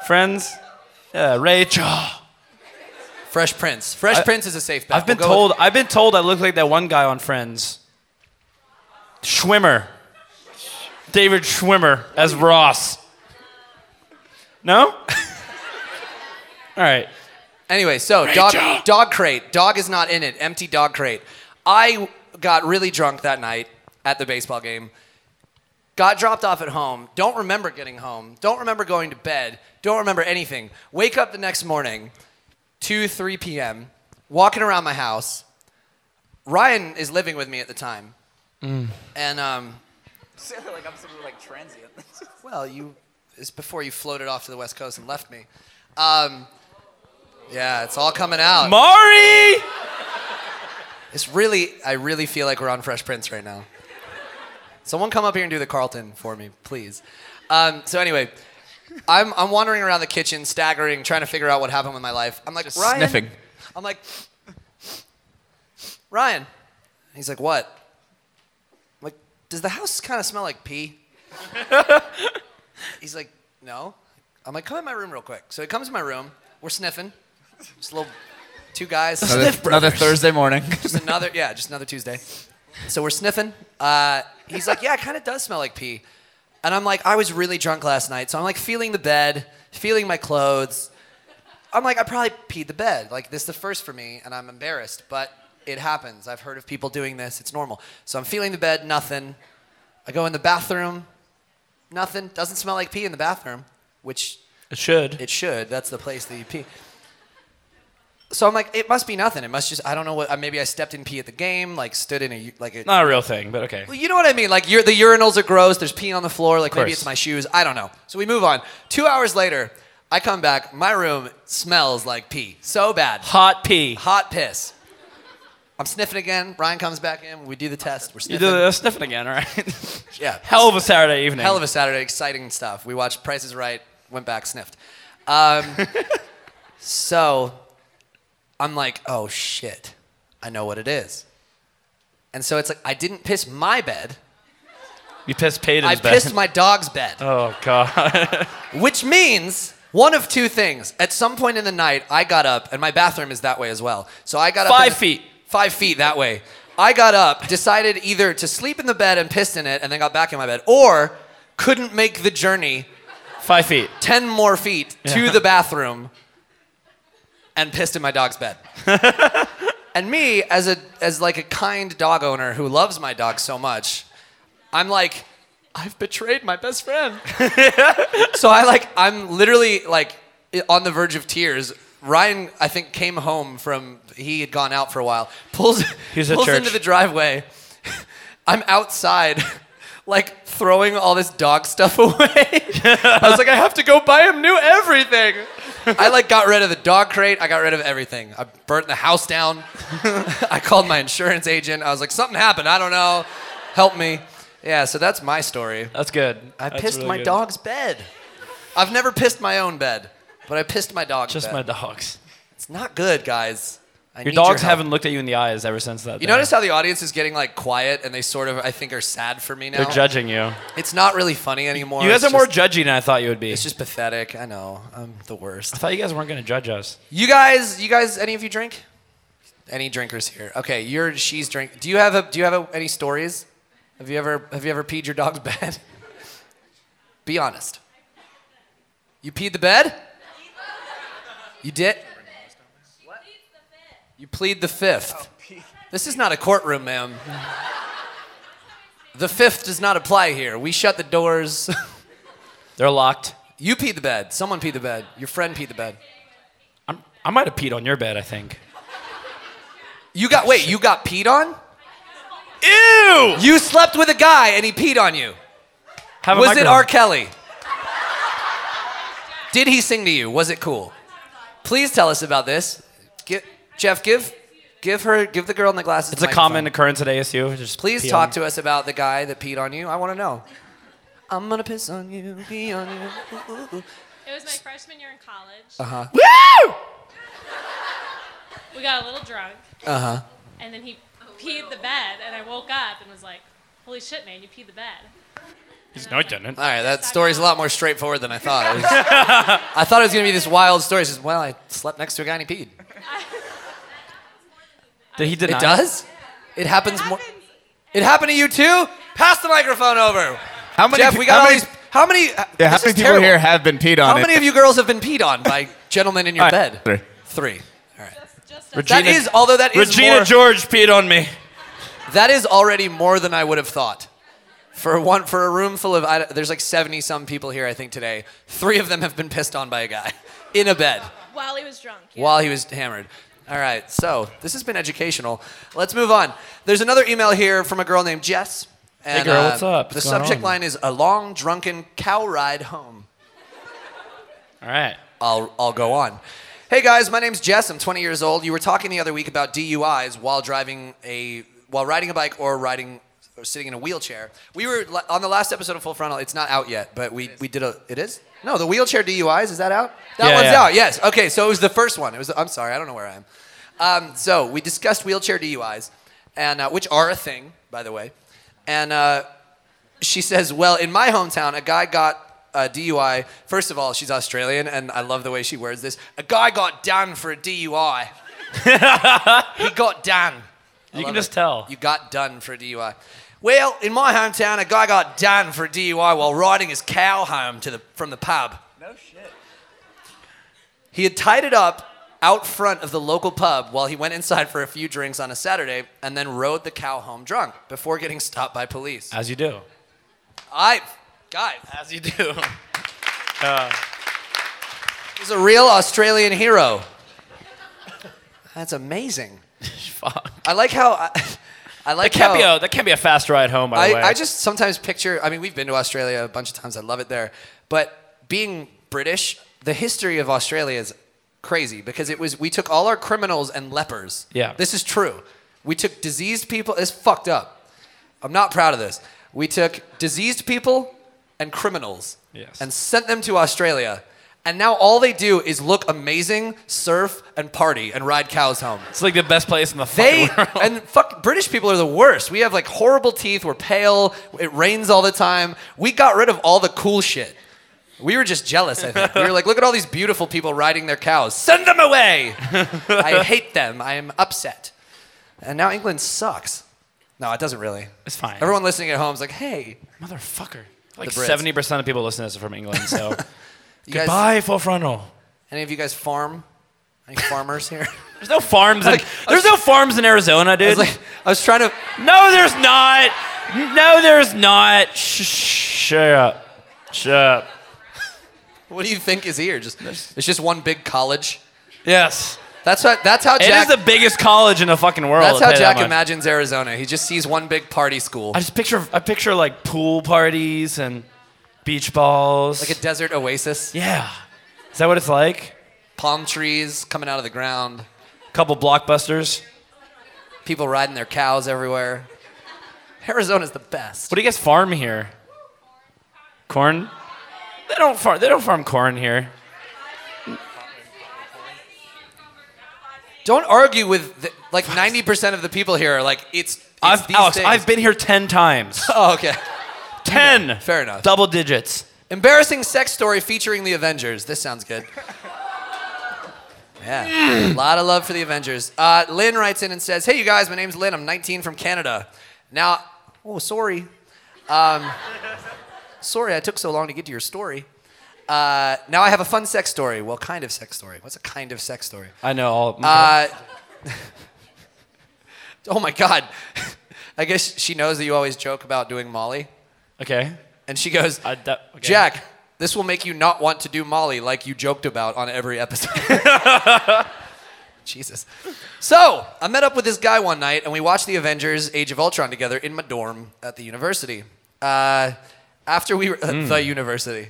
Speaker 7: Friends. Yeah, Rachel.
Speaker 6: Fresh Prince. Fresh Prince is a safe bet.
Speaker 7: I've been
Speaker 6: We'll go
Speaker 7: told.
Speaker 6: with-
Speaker 7: I've been told I look like that one guy on Friends. Schwimmer. David Schwimmer as Ross. No. All right.
Speaker 6: Anyway, so
Speaker 7: Rachel.
Speaker 6: dog, dog crate. Dog is not in it. Empty dog crate. I got really drunk that night at the baseball game. Got dropped off at home. Don't remember getting home. Don't remember going to bed. Don't remember anything. Wake up the next morning, 2, 3 p.m., walking around my house. Ryan is living with me at the time. And um,
Speaker 12: like I'm sort of like transient.
Speaker 6: well, you it's before you floated off to the West Coast and left me. Um, yeah, it's all coming out.
Speaker 7: Mari!
Speaker 6: It's really, I really feel like we're on Fresh Prince right now. Someone come up here and do the Carlton for me, please. Um, so anyway, I'm, I'm wandering around the kitchen, staggering, trying to figure out what happened with my life. I'm like, Ryan.
Speaker 8: sniffing.
Speaker 6: I'm like, Ryan. He's like, what? I'm like, does the house kind of smell like pee? He's like, no. I'm like, come in my room real quick. So he comes in my room. We're sniffing. Just a little, two guys.
Speaker 8: Another, another Thursday morning.
Speaker 6: Just another, yeah, just another Tuesday. So we're sniffing. Uh, he's like, yeah, it kind of does smell like pee. And I'm like, I was really drunk last night. So I'm like feeling the bed, feeling my clothes. I'm like, I probably peed the bed. Like, this is the first for me, and I'm embarrassed, but it happens. I've heard of people doing this, it's normal. So I'm feeling the bed, nothing. I go in the bathroom, nothing. Doesn't smell like pee in the bathroom, which
Speaker 7: It should.
Speaker 6: it should. That's the place that you pee. So I'm like, it must be nothing. It must just, I don't know what, uh, maybe I stepped in pee at the game, like stood in a, u- like a.
Speaker 7: Not a real thing, but okay.
Speaker 6: Well, you know what I mean. Like you're, the urinals are gross. There's pee on the floor. Like maybe
Speaker 7: course.
Speaker 6: it's my shoes. I don't know. So we move on. Two hours later, I come back. My room smells like pee. So bad.
Speaker 7: Hot pee.
Speaker 6: Hot piss. I'm sniffing again. Brian comes back in. We do the test. We're
Speaker 7: You
Speaker 6: sniffing.
Speaker 7: do the sniffing again, all right?
Speaker 6: yeah.
Speaker 7: Hell of a Saturday evening.
Speaker 6: Hell of a Saturday. Exciting stuff. We watched Price is Right. Went back. Sniffed. Um, so I'm like, oh shit. I know what it is. And so it's like I didn't piss my bed.
Speaker 7: You pissed Peyton's
Speaker 6: I
Speaker 7: bed.
Speaker 6: pissed my dog's bed.
Speaker 7: Oh god.
Speaker 6: Which means one of two things. At some point in the night, I got up, and my bathroom is that way as well. So I got up.
Speaker 7: Five
Speaker 6: in the- Five feet that way. I got up, decided either to sleep in the bed and pissed in it, and then got back in my bed, or couldn't make the journey.
Speaker 7: Five feet.
Speaker 6: Ten more feet to
Speaker 7: Yeah.
Speaker 6: the bathroom, and pissed in my dog's bed. and me, as a as like a kind dog owner who loves my dog so much, I'm like, I've betrayed my best friend. so I like I'm literally like i- on the verge of tears. Ryan, I think, came home from he had gone out for a while. Pulls
Speaker 7: He's at
Speaker 6: pulls
Speaker 7: church.
Speaker 6: into the driveway. I'm outside, like throwing all this dog stuff away. I was like, I have to go buy him new everything. I like got rid of the dog crate. I got rid of everything. I burnt the house down. I called my insurance agent. I was like, something happened. I don't know. Help me. Yeah, so that's my story.
Speaker 7: That's good.
Speaker 6: I
Speaker 7: That's
Speaker 6: pissed
Speaker 7: really
Speaker 6: my
Speaker 7: good.
Speaker 6: dog's bed. I've never pissed my own bed, but I pissed my dog's
Speaker 7: Just
Speaker 6: bed.
Speaker 7: my dogs.
Speaker 6: It's not good, guys. I
Speaker 7: Your
Speaker 6: need
Speaker 7: dogs
Speaker 6: your help.
Speaker 7: haven't looked at you in the eyes ever since that.
Speaker 6: You
Speaker 7: day.
Speaker 6: notice how the audience is getting like quiet and they sort of, I think, are sad for me now?
Speaker 7: They're judging you.
Speaker 6: It's not really funny anymore.
Speaker 7: you guys
Speaker 6: It's
Speaker 7: are more
Speaker 6: just-
Speaker 7: judgy than I thought you would be. It's
Speaker 6: just pathetic. I know. I'm the worst.
Speaker 7: I thought you guys weren't going to judge us.
Speaker 6: You guys, you guys, any of you drink? Any drinkers here? Okay, you're she's drink. Do you have a do you have a, any stories? Have you ever have you ever peed your dog's bed? Be honest. You peed the bed? You did? You plead the fifth. This is not a courtroom, ma'am. The fifth does not apply here. We shut the doors.
Speaker 7: They're locked.
Speaker 6: You peed the bed. Someone peed the bed. Your friend peed the bed.
Speaker 7: I might have peed on your bed, I think.
Speaker 6: You got wait, you got peed on? Ew! You slept with a guy and he peed on you.
Speaker 7: Have a
Speaker 6: Was it
Speaker 7: microphone.
Speaker 6: R. Kelly? Did he sing to you? Was it cool? Please tell us about this. Gi- Jeff, give give her give the girl in the glasses.
Speaker 7: It's
Speaker 6: the
Speaker 7: a common occurrence at ASU. Just
Speaker 6: Please
Speaker 7: pee
Speaker 6: talk
Speaker 7: on.
Speaker 6: to us about the guy that peed on you. I want to know. I'm gonna piss on you, pee on you.
Speaker 13: It was my freshman year in college.
Speaker 6: Uh huh.
Speaker 13: We got a little drunk,
Speaker 6: Uh huh.
Speaker 13: and then he peed the bed, and I woke up and was like, "Holy shit, man, you peed the bed."
Speaker 6: No, I didn't. All right, that story's a lot more straightforward than I thought. It was- I thought it was gonna be this wild story. It's Just well, I slept next to a guy and he peed.
Speaker 7: Did he
Speaker 6: It does. It happens more. It happened to you too. Pass the microphone over. How
Speaker 8: many
Speaker 6: Jeff,
Speaker 8: pe-
Speaker 6: we got
Speaker 8: how
Speaker 6: all
Speaker 8: many-
Speaker 6: these. How many?
Speaker 8: Yeah, how
Speaker 6: this
Speaker 8: many
Speaker 6: is
Speaker 8: people
Speaker 6: terrible.
Speaker 8: here have been peed on?
Speaker 6: How
Speaker 8: it?
Speaker 6: many of you girls have been peed on by gentlemen in your
Speaker 8: All
Speaker 6: bed?
Speaker 8: right. Three.
Speaker 6: Three. All right.
Speaker 8: Regina-
Speaker 6: that is, although that is
Speaker 8: Regina
Speaker 6: more-
Speaker 7: George peed on me.
Speaker 6: That is already more than I would have thought. For one, for a room full of, I, don't- there's like 70 some people here, I think today. Three of them have been pissed on by a guy in a bed
Speaker 13: While he was drunk.
Speaker 6: while he was hammered. All right, so this has been educational. Let's move on. There's another email here from a girl named Jess. uh,
Speaker 7: Hey, girl, what's up?
Speaker 6: The
Speaker 7: What's going
Speaker 6: subject
Speaker 7: on?
Speaker 6: line is a long drunken cow ride home.
Speaker 7: All right.
Speaker 6: I'll I'll go on. Hey guys, my name's Jess. I'm 20 years old. You were talking the other week about DUIs while driving a while riding a bike or riding or sitting in a wheelchair. We were la- on the last episode of Full Frontal. It's not out yet, but we we did a it is no the wheelchair DUIs is that out? That
Speaker 14: Yeah,
Speaker 6: one's
Speaker 14: yeah.
Speaker 6: out. Yes. Okay. So it was the first one. It was I'm sorry. I don't know where I am. Um, so we discussed wheelchair DUIs, and uh, which are a thing by the way, and. Uh, she says, Well, in my hometown, a guy got a DUI. First of all, she's Australian, and I love the way she words this. A guy got done for a DUI. he got done. I
Speaker 7: You can
Speaker 6: love
Speaker 7: just
Speaker 6: it.
Speaker 7: tell.
Speaker 6: You got done for a DUI. Well, in my hometown, a guy got done for a DUI while riding his cow home to the, from the pub.
Speaker 12: No shit.
Speaker 6: He had tied it up out front of the local pub while he went inside for a few drinks on a Saturday and then rode the cow home drunk before getting stopped by police.
Speaker 7: As you do.
Speaker 6: I, guys. Uh,
Speaker 7: As you do.
Speaker 6: He's a real Australian hero. That's amazing. I like how. I, I like
Speaker 7: that can't
Speaker 6: how.
Speaker 7: be a that can't be a fast ride home. By the way,
Speaker 6: I, I just sometimes picture. I mean, we've been to Australia a bunch of times. I love it there. But being British, the history of Australia is crazy because it was we took all our criminals and lepers.
Speaker 7: Yeah.
Speaker 6: This is true. We took diseased people. It's fucked up. I'm not proud of this. We took diseased people and criminals
Speaker 7: Yes.
Speaker 6: and sent them to Australia. And now all they do is look amazing, surf, and party and ride cows home.
Speaker 7: it's like the best place in the
Speaker 6: They
Speaker 7: fucking world.
Speaker 6: and fuck British people are the worst. We have like horrible teeth. We're pale. It rains all the time. We got rid of all the cool shit. We were just jealous. I think we were like, look at all these beautiful people riding their cows. Send them away. I hate them. I am upset. And now England sucks. No, it doesn't really.
Speaker 7: It's fine.
Speaker 6: Everyone listening at home is like, hey,
Speaker 7: motherfucker. Like
Speaker 6: the Brits.
Speaker 7: seventy percent of people listening to this are from England. So
Speaker 6: You guys-
Speaker 7: goodbye, full frontal.
Speaker 6: Any of you guys farm? Any farmers here?
Speaker 7: There's no farms. In, there's no farms in Arizona, dude. I was,
Speaker 6: trying to.
Speaker 7: No, there's not. No, there's not. Shh, shut up. Shut up.
Speaker 6: What do you think is here? Just it's just one big college.
Speaker 7: Yes.
Speaker 6: That's what. That's how. Jack,
Speaker 7: it is the biggest college in the fucking world.
Speaker 6: That's
Speaker 7: I'll
Speaker 6: how
Speaker 7: tell you that
Speaker 6: Jack
Speaker 7: much.
Speaker 6: imagines Arizona. He just sees one big party school,
Speaker 7: I just picture. I picture like pool parties and beach balls.
Speaker 6: like a desert oasis.
Speaker 7: Yeah. Is that what it's like?
Speaker 6: Palm trees coming out of the ground.
Speaker 7: Couple blockbusters.
Speaker 6: People riding their cows everywhere. Arizona's the best.
Speaker 7: What do you guys farm here? Corn? They don't farm. They don't farm corn here.
Speaker 6: Don't argue with the, like 90% of the people here. Are like it's. it's
Speaker 7: I've,
Speaker 6: these
Speaker 7: Alex,
Speaker 6: things.
Speaker 7: I've been here ten times.
Speaker 6: Oh, okay.
Speaker 7: ten.
Speaker 6: Fair enough.
Speaker 7: Double digits.
Speaker 6: Embarrassing sex story featuring the Avengers. This sounds good. Yeah. A lot of love for the Avengers. Uh, Lynn writes in and says, Hey, you guys, my name's Lynn. I'm 19 from Canada. Now, oh, sorry. Um, sorry I took so long to get to your story. Uh, now I have a fun sex story. Well, kind of sex story. What's a kind of sex story?
Speaker 7: I know all.
Speaker 6: Uh, oh my God. I guess she knows that you always joke about doing Molly.
Speaker 7: okay.
Speaker 6: And she goes,
Speaker 7: I, that, okay.
Speaker 6: Jack, this will make you not want to do Molly like you joked about on every episode. Jesus. So I met up with this guy one night, and we watched the Avengers: Age of Ultron together in my dorm at the university. Uh, after we were at
Speaker 7: Mm.
Speaker 6: the university,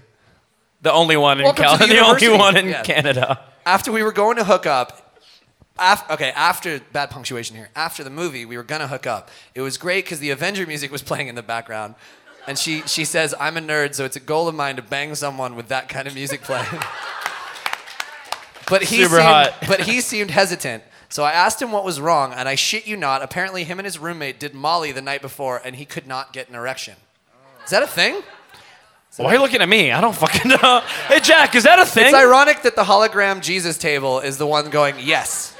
Speaker 7: The only one in
Speaker 6: Welcome to
Speaker 7: Canada. The only
Speaker 6: university.
Speaker 7: one in
Speaker 6: Yeah.
Speaker 7: Canada.
Speaker 6: after we were going to hook up, af- okay, after bad punctuation here. After the movie, we were gonna hook up. It was great because the Avenger music was playing in the background, and she she says, "I'm a nerd, so it's a goal of mine to bang someone with that kind of music playing." but he
Speaker 7: Super
Speaker 6: seemed,
Speaker 7: hot.
Speaker 6: but he seemed hesitant. So I asked him what was wrong, and I shit you not, apparently him and his roommate did Molly the night before, and he could not get an erection. Is that a thing?
Speaker 7: Why are you looking at me? I don't fucking know. Hey, Jack, is that a thing?
Speaker 6: It's ironic that the hologram Jesus table is the one going, yes,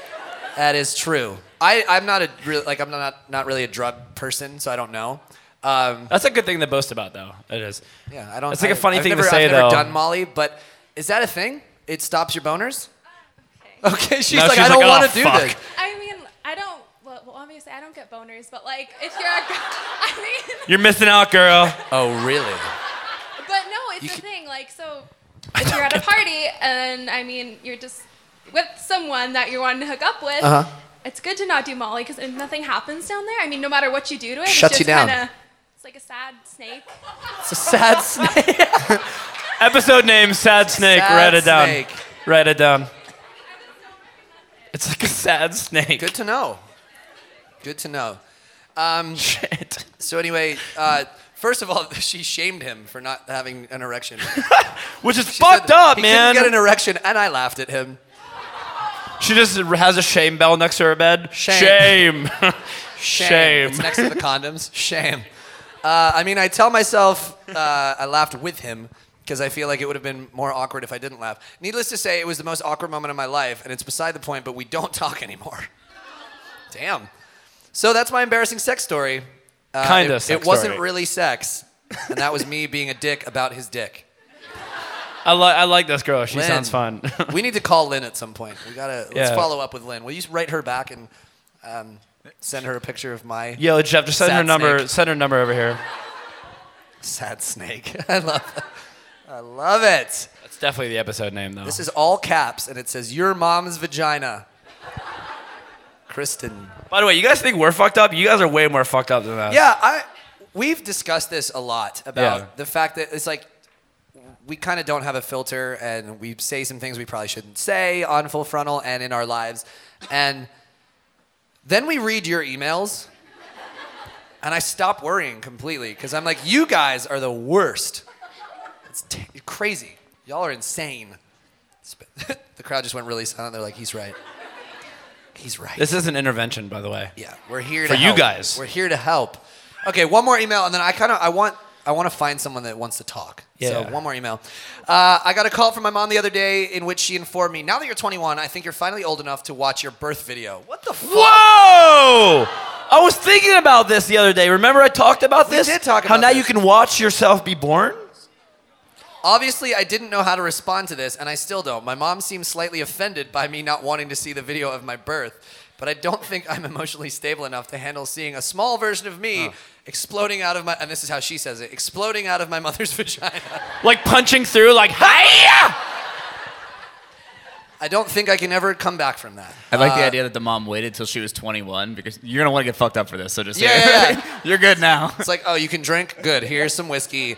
Speaker 6: that is true. I, I'm not a real like I'm not not really a drug person, so I don't know. Um,
Speaker 7: That's a good thing to boast about, though. It is.
Speaker 6: Yeah, I don't.
Speaker 7: It's like a
Speaker 6: I-
Speaker 7: funny
Speaker 6: I've
Speaker 7: thing
Speaker 6: never,
Speaker 7: to say,
Speaker 6: I've never
Speaker 7: though.
Speaker 6: done Molly, but is that a thing? It stops your boners. Okay, she's
Speaker 7: No,
Speaker 6: like,
Speaker 7: she's
Speaker 6: I don't
Speaker 7: like,
Speaker 6: want
Speaker 7: "Oh,
Speaker 6: to do
Speaker 7: fuck."
Speaker 6: this.
Speaker 14: I mean, I don't. Well, well, obviously, I don't get boners, but like, if you're a guy, I mean,
Speaker 7: You're missing out, girl.
Speaker 6: Oh, really?
Speaker 14: but no, it's the thing. Like, so if you're at a party and I mean, you're just with someone that you're wanting to hook up with,
Speaker 6: Uh-huh.
Speaker 14: it's good to not do Molly because nothing happens down there. I mean, no matter what you do to it, it's
Speaker 6: Shuts you
Speaker 14: just
Speaker 6: down.
Speaker 14: Kinda, it's like a sad snake.
Speaker 6: It's a sad snake.
Speaker 7: Episode name: Sad Snake.
Speaker 14: Sad
Speaker 7: Write it down.
Speaker 6: Snake.
Speaker 7: Write it down. It's like a sad snake.
Speaker 6: Good to know. Good to know. Um, Shit. So anyway, uh, first of all, she shamed him for not having an erection,
Speaker 7: which is fucked up,
Speaker 6: he
Speaker 7: man.
Speaker 6: couldn't get an erection, and I laughed at him.
Speaker 7: She just has a shame bell next to her bed.
Speaker 6: Shame.
Speaker 7: Shame.
Speaker 6: Shame.
Speaker 7: Shame.
Speaker 6: It's next to the condoms. Shame. Uh, I mean, I tell myself uh, I laughed with him because I feel like it would have been more awkward if I didn't laugh. Needless to say, it was the most awkward moment of my life, and it's beside the point, but we don't talk anymore. Damn. So that's my embarrassing sex story. Uh,
Speaker 7: Kinda
Speaker 6: It,
Speaker 7: sex
Speaker 6: it wasn't
Speaker 7: story.
Speaker 6: really sex, and that was me being a dick about his dick.
Speaker 7: I like I like this girl. She
Speaker 6: Lynn.
Speaker 7: sounds fun.
Speaker 6: we need to call Lynn at some point. We gotta let's
Speaker 7: Yeah.
Speaker 6: follow up with Lynn. Will you write her back and um, send her a picture of my
Speaker 7: Yo, Jeff, just send
Speaker 6: sad
Speaker 7: her number.
Speaker 6: snake?
Speaker 7: Send her number over here.
Speaker 6: Sad snake. I love that. I love it.
Speaker 7: That's definitely the episode name, though.
Speaker 6: This is all caps and it says your mom's vagina. Kristen.
Speaker 7: By the way, you guys think we're fucked up? You guys are way more fucked up than us.
Speaker 6: Yeah, I we've discussed this a lot about
Speaker 7: Yeah.
Speaker 6: the fact that it's like we kind of don't have a filter and we say some things we probably shouldn't say on full frontal and in our lives. And then we read your emails and I stop worrying completely cuz I'm like you guys are the worst. It's t- crazy. Y'all are insane. Sp- the crowd just went really silent. They're like he's right. He's right.
Speaker 7: This is an intervention, by the way.
Speaker 6: Yeah, we're here
Speaker 7: for
Speaker 6: to
Speaker 7: you
Speaker 6: help.
Speaker 7: guys.
Speaker 6: We're here to help. Okay, one more email, and then I kind of I want I want to find someone that wants to talk.
Speaker 7: Yeah.
Speaker 6: So one more email. Uh, I got a call from my mom the other day in which she informed me, "Now that you're 21, I think you're finally old enough to watch your birth video." What the fuck?
Speaker 7: Whoa! I was thinking about this the other day. Remember I talked about this?
Speaker 6: did talk
Speaker 7: How
Speaker 6: about
Speaker 7: now
Speaker 6: this.
Speaker 7: you can watch yourself be born?
Speaker 6: Obviously, I didn't know how to respond to this, and I still don't. My mom seems slightly offended by me not wanting to see the video of my birth, but I don't think I'm emotionally stable enough to handle seeing a small version of me exploding out of my. And this is how she says it: exploding out of my mother's vagina.
Speaker 7: Like punching through, like, hiya!
Speaker 6: I don't think I can ever come back from that.
Speaker 8: I like the
Speaker 6: Uh,
Speaker 8: idea that the mom waited till she was 21 because you're gonna want to get fucked up for this. So just
Speaker 6: Yeah, yeah, yeah.
Speaker 8: you're good now.
Speaker 6: It's like, oh, you can drink. Good. Here's some whiskey.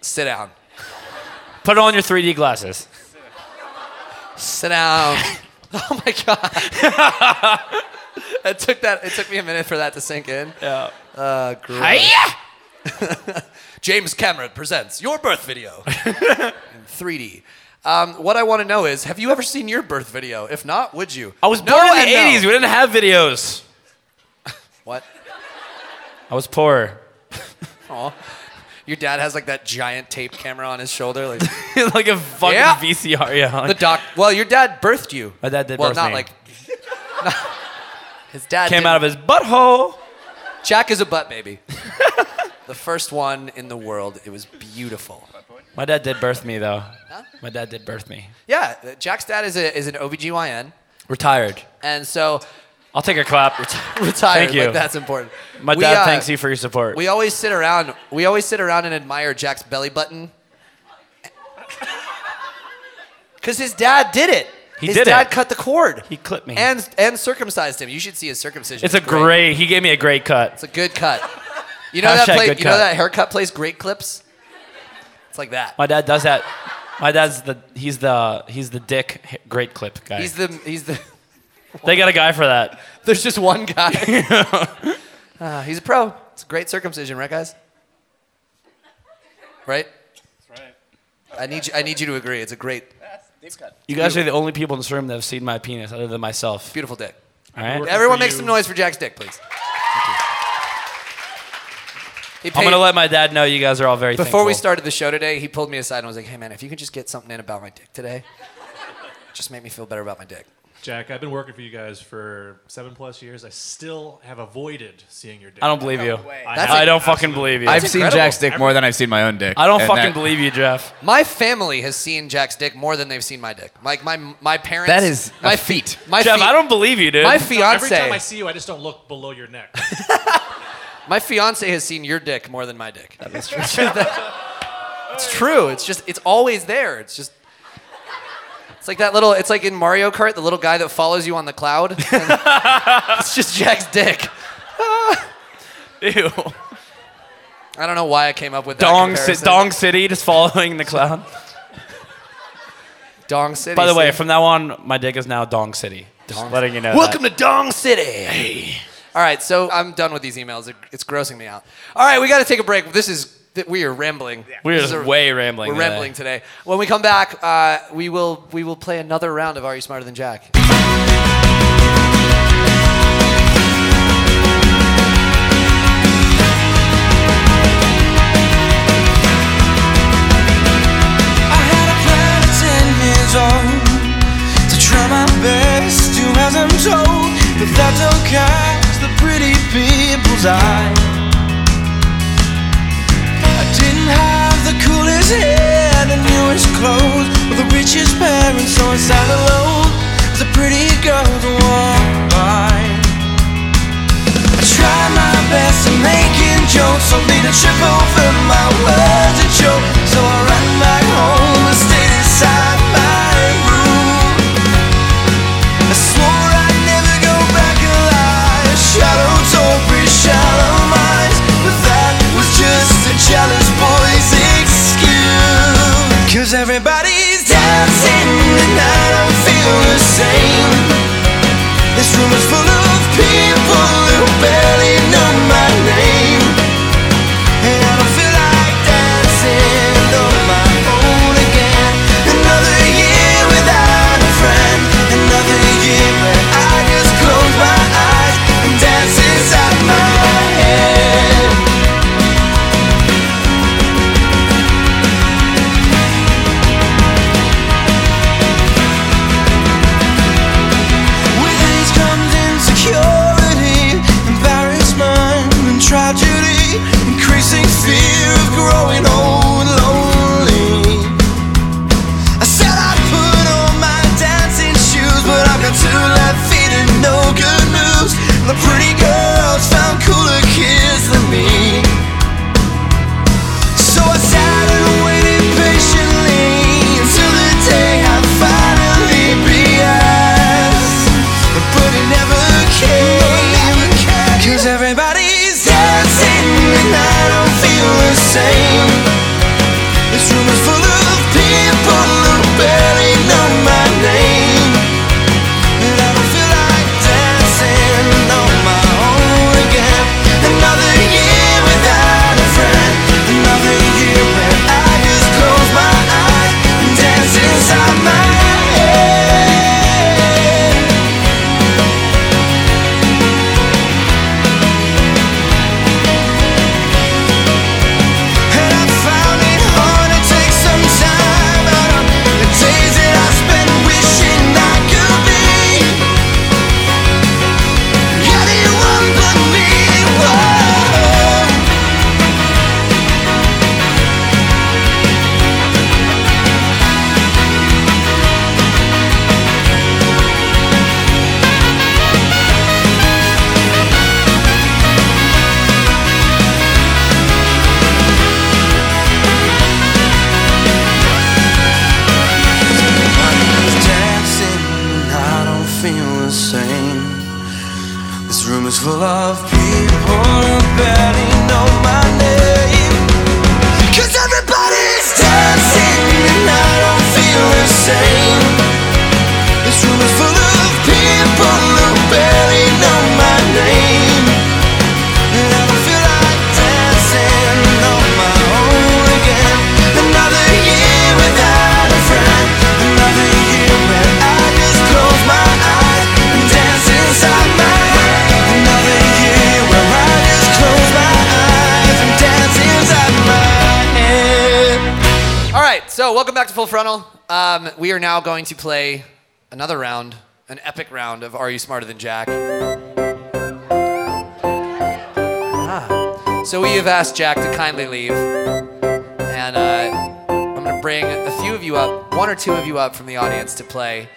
Speaker 6: Sit down.
Speaker 7: Put on your 3D glasses.
Speaker 6: Sit down. oh my god. it took that. It took me a minute for that to sink in.
Speaker 7: Yeah.
Speaker 6: Uh, great. James Cameron presents your birth video in 3D. Um, what I want to know is, have you ever seen your birth video? If not, would you?
Speaker 7: I was
Speaker 6: No
Speaker 7: born in the
Speaker 6: and no.
Speaker 7: 80s. We didn't have videos.
Speaker 6: What?
Speaker 7: I was poor.
Speaker 6: Aw. Your dad has like that giant tape camera on his shoulder, like
Speaker 7: like a fucking
Speaker 6: Yeah.
Speaker 7: VCR. Yeah.
Speaker 6: the doc. Well, your dad birthed you.
Speaker 7: My dad did
Speaker 6: well,
Speaker 7: birth
Speaker 6: not
Speaker 7: me.
Speaker 6: like. not- his dad
Speaker 7: Came
Speaker 6: didn't-
Speaker 7: out of his butthole.
Speaker 6: Jack is a butt baby. the first one in the world. It was beautiful.
Speaker 7: My dad did birth me, though. My dad did birth me.
Speaker 6: Yeah, uh, Jack's dad is a, is an OBGYN,
Speaker 7: Retired.
Speaker 6: and so
Speaker 7: I'll take a clap. Ret-
Speaker 6: retired.
Speaker 7: Thank you.
Speaker 6: Like, that's important.
Speaker 7: My
Speaker 6: We,
Speaker 7: dad
Speaker 6: uh,
Speaker 7: thanks you for your support.
Speaker 6: We always sit around. We always sit around and admire Jack's belly button. Cause his dad did it.
Speaker 7: He
Speaker 6: his
Speaker 7: did
Speaker 6: dad
Speaker 7: it.
Speaker 6: cut the cord. He
Speaker 7: clipped me.
Speaker 6: And and circumcised him. You should see his circumcision.
Speaker 7: It's a great. He gave me a great cut.
Speaker 6: It's a good cut. You know that
Speaker 7: Hashtag
Speaker 6: play, you
Speaker 7: good
Speaker 6: know
Speaker 7: cut.
Speaker 6: that haircut place Great Clips? It's like that.
Speaker 7: My dad does that. My dad's the he's the he's the dick h- great clip guy.
Speaker 6: He's the he's the
Speaker 7: they got a guy for that.
Speaker 6: There's just one guy. Ah, he's a pro. It's a great circumcision, right guys? Right? That's right. I need you, I need you to agree. It's a great
Speaker 12: Deep cut.
Speaker 7: You guys are the only people in this room that have seen my penis other than myself.
Speaker 6: Beautiful dick.
Speaker 7: All right.
Speaker 6: Everyone make some noise for Jack's dick, please. He
Speaker 7: I'm
Speaker 6: paid-
Speaker 7: gonna let my dad know you guys are all very.
Speaker 6: Before we
Speaker 7: thankful.
Speaker 6: started the show today, he pulled me aside and was like, "Hey man, if you could just get something in about my dick today, just make me feel better about my dick."
Speaker 10: Jack, I've been working for you guys for seven plus years. I still have avoided seeing your dick.
Speaker 7: I don't believe you.
Speaker 10: That's
Speaker 7: I don't fucking believe you.
Speaker 8: I've seen Jack's dick more than I've seen my own dick.
Speaker 7: I don't
Speaker 8: and
Speaker 7: fucking
Speaker 8: that-
Speaker 7: believe you, Jeff.
Speaker 6: My family has seen Jack's dick more than they've seen my dick. Like my my parents.
Speaker 8: That is
Speaker 6: my
Speaker 8: a
Speaker 6: fi-
Speaker 8: feat.
Speaker 6: My
Speaker 7: Jeff,
Speaker 6: fi-
Speaker 7: I don't believe you, dude.
Speaker 6: My
Speaker 10: Every time I
Speaker 6: fiance.
Speaker 10: see you, I just don't look below your neck.
Speaker 6: My fiance has seen your dick more than my dick. That is true. it's true. It's just it's always there. It's just. It's like that little. It's like in Mario Kart, the little guy that follows you on the cloud. it's just Jack's dick.
Speaker 7: Ew.
Speaker 6: I don't know why I came up with that
Speaker 7: Dong, Ci-
Speaker 6: comparison.
Speaker 7: Dong City, just following the clown.
Speaker 6: Dong City.
Speaker 7: By the way,
Speaker 6: see?
Speaker 7: from now on, my dick is now Dong City. Just
Speaker 6: Dong-
Speaker 7: letting you know.
Speaker 6: Welcome
Speaker 7: that.
Speaker 6: to Dong City. All right, so I'm done with these emails. It- It's grossing me out. All right, we got to take a break. This is th- we are rambling.
Speaker 7: We are
Speaker 6: This is a-
Speaker 7: way rambling
Speaker 6: We're
Speaker 7: today.
Speaker 6: rambling today. When we come back, uh, we will we will play another round of Are You Smarter Than Jack?
Speaker 11: plan at ten years old to try my best, do as I'm told, but that don't catch the pretty people's eye. I didn't have the coolest hair, the newest clothes, or the richest parents, so I sat alone as a pretty girl to walk by. I tried my best at making jokes, only to trip over my words and choke. So I ran back home and stayed inside my room. I swore I'd never go back alive. Shadows over shallow minds, but that was just a jealous boy's excuse. Cause everybody's dancing and I don't feel the same. This room is full of people who barely know my name. And I don't feel like dancing on my own again. Another year without a friend. Another year where I just close my eyes and dance inside my head. With age comes room is full of people who barely know my name. Cause everybody's dancing and I don't feel the same. This room is full of people who barely know my name. And I don't feel like dancing on my own again. Another year without a friend. Another year when I just close my eyes and dance inside my head. Another year where I just close my eyes and dance inside my head.
Speaker 6: All right, so welcome back to Full Frontal. Um, we are now going to play another round, an epic round of Are You Smarter Than Jack? Ah. So we have asked Jack to kindly leave, and uh, I'm going to bring a few of you up, one or two of you up from the audience to play.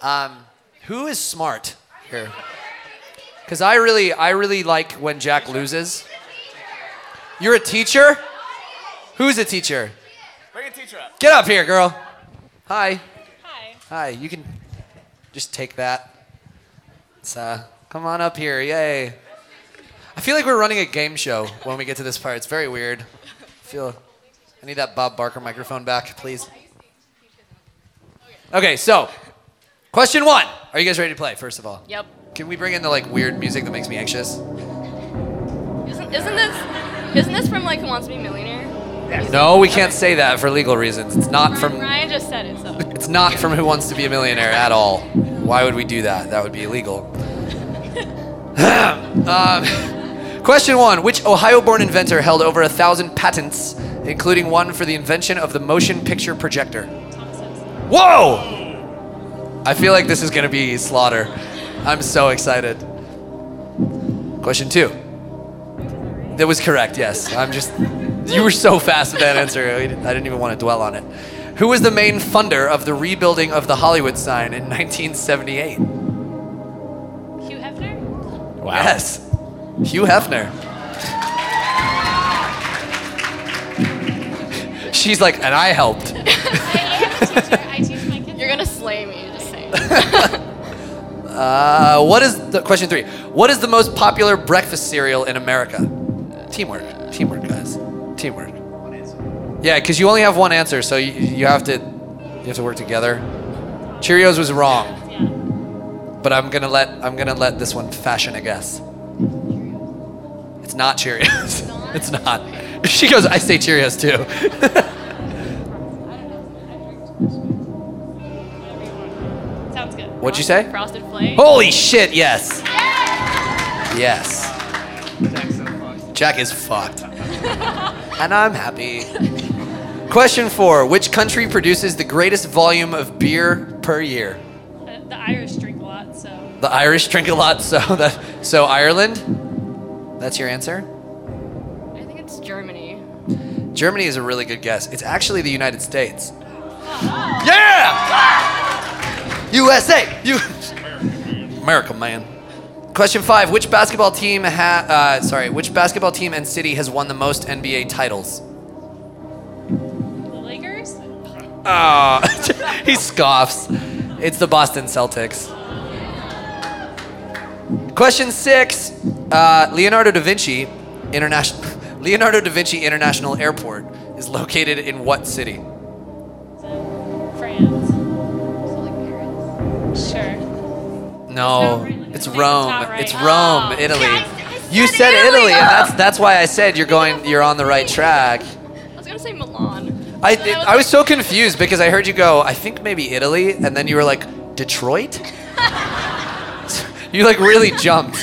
Speaker 6: Um, who is smart here? Because I really, I really like when Jack loses. You're a teacher. Who's a teacher?
Speaker 12: Bring a teacher up.
Speaker 6: Get up here, girl. Hi. Hi. Hi. You can just take that. It's, uh, come on up here. Yay. I feel like we're running a game show when we get to this part. It's very weird. I feel I need that Bob Barker microphone back, please. Okay, so question one. Are you guys ready to play, first of all?
Speaker 14: Yep.
Speaker 6: Can we bring in the like weird music that makes me anxious?
Speaker 14: Isn't, isn't this isn't this from like Who Wants to Be a Millionaire?
Speaker 6: No, we can't say that for legal reasons. It's not from
Speaker 14: Ryan just said it, so.
Speaker 6: It's not from Who Wants to Be a Millionaire at all. Why would we do that? That would be illegal. um, question one Which Ohio born inventor held over a thousand patents, including one for the invention of the motion picture projector? Whoa! I feel like this is going to be slaughter. I'm so excited. Question two. That was correct, yes. I'm just. You were so fast with that answer. I didn't I didn't even want to dwell on it. Who was the main funder of the rebuilding of the Hollywood sign in 1978?
Speaker 14: Hugh Hefner?
Speaker 6: Wow. Yes. Hugh Hefner. She's like, and I helped.
Speaker 14: I teach my kids. You're gonna slay me. Just saying.
Speaker 6: Uh, what is the question three? What is the most popular breakfast cereal in America? Teamwork, teamwork, guys, teamwork. Yeah, because you only have one answer, so you, you have to you have to work together. Cheerios was wrong, but I'm gonna let I'm gonna let this one fashion a guess. It's not Cheerios. It's not. She goes, I say Cheerios too.
Speaker 13: Sounds good.
Speaker 6: What'd you say?
Speaker 13: Frosted flakes.
Speaker 6: Holy shit! Yes. Yes. Jack is fucked. and I'm happy. Question four Which country produces the greatest volume of beer per year?
Speaker 13: Uh, the Irish drink a lot, so
Speaker 6: The Irish drink a lot, so that so Ireland? That's your answer?
Speaker 14: I think it's Germany.
Speaker 6: Germany is a really good guess. It's actually the United States. Yeah! USA! You America, man. Question five: Which basketball team ha- uh, sorry, which basketball team and city has won the most NBA titles?
Speaker 13: the Lakers.
Speaker 6: Ah, he scoffs. It's the Boston Celtics. Question six: uh, Leonardo da Vinci International Leonardo da Vinci International Airport is located in what city?
Speaker 13: Sure.
Speaker 6: No, it's Rome.
Speaker 13: right.
Speaker 6: It's Rome, Italy. you said Italy, and that's that's why I said you're going. You're on the right track.
Speaker 14: I was gonna say Milan.
Speaker 6: I thi- I was so confused because I heard you go. I think maybe Italy, and then you were like Detroit. you like really jumped.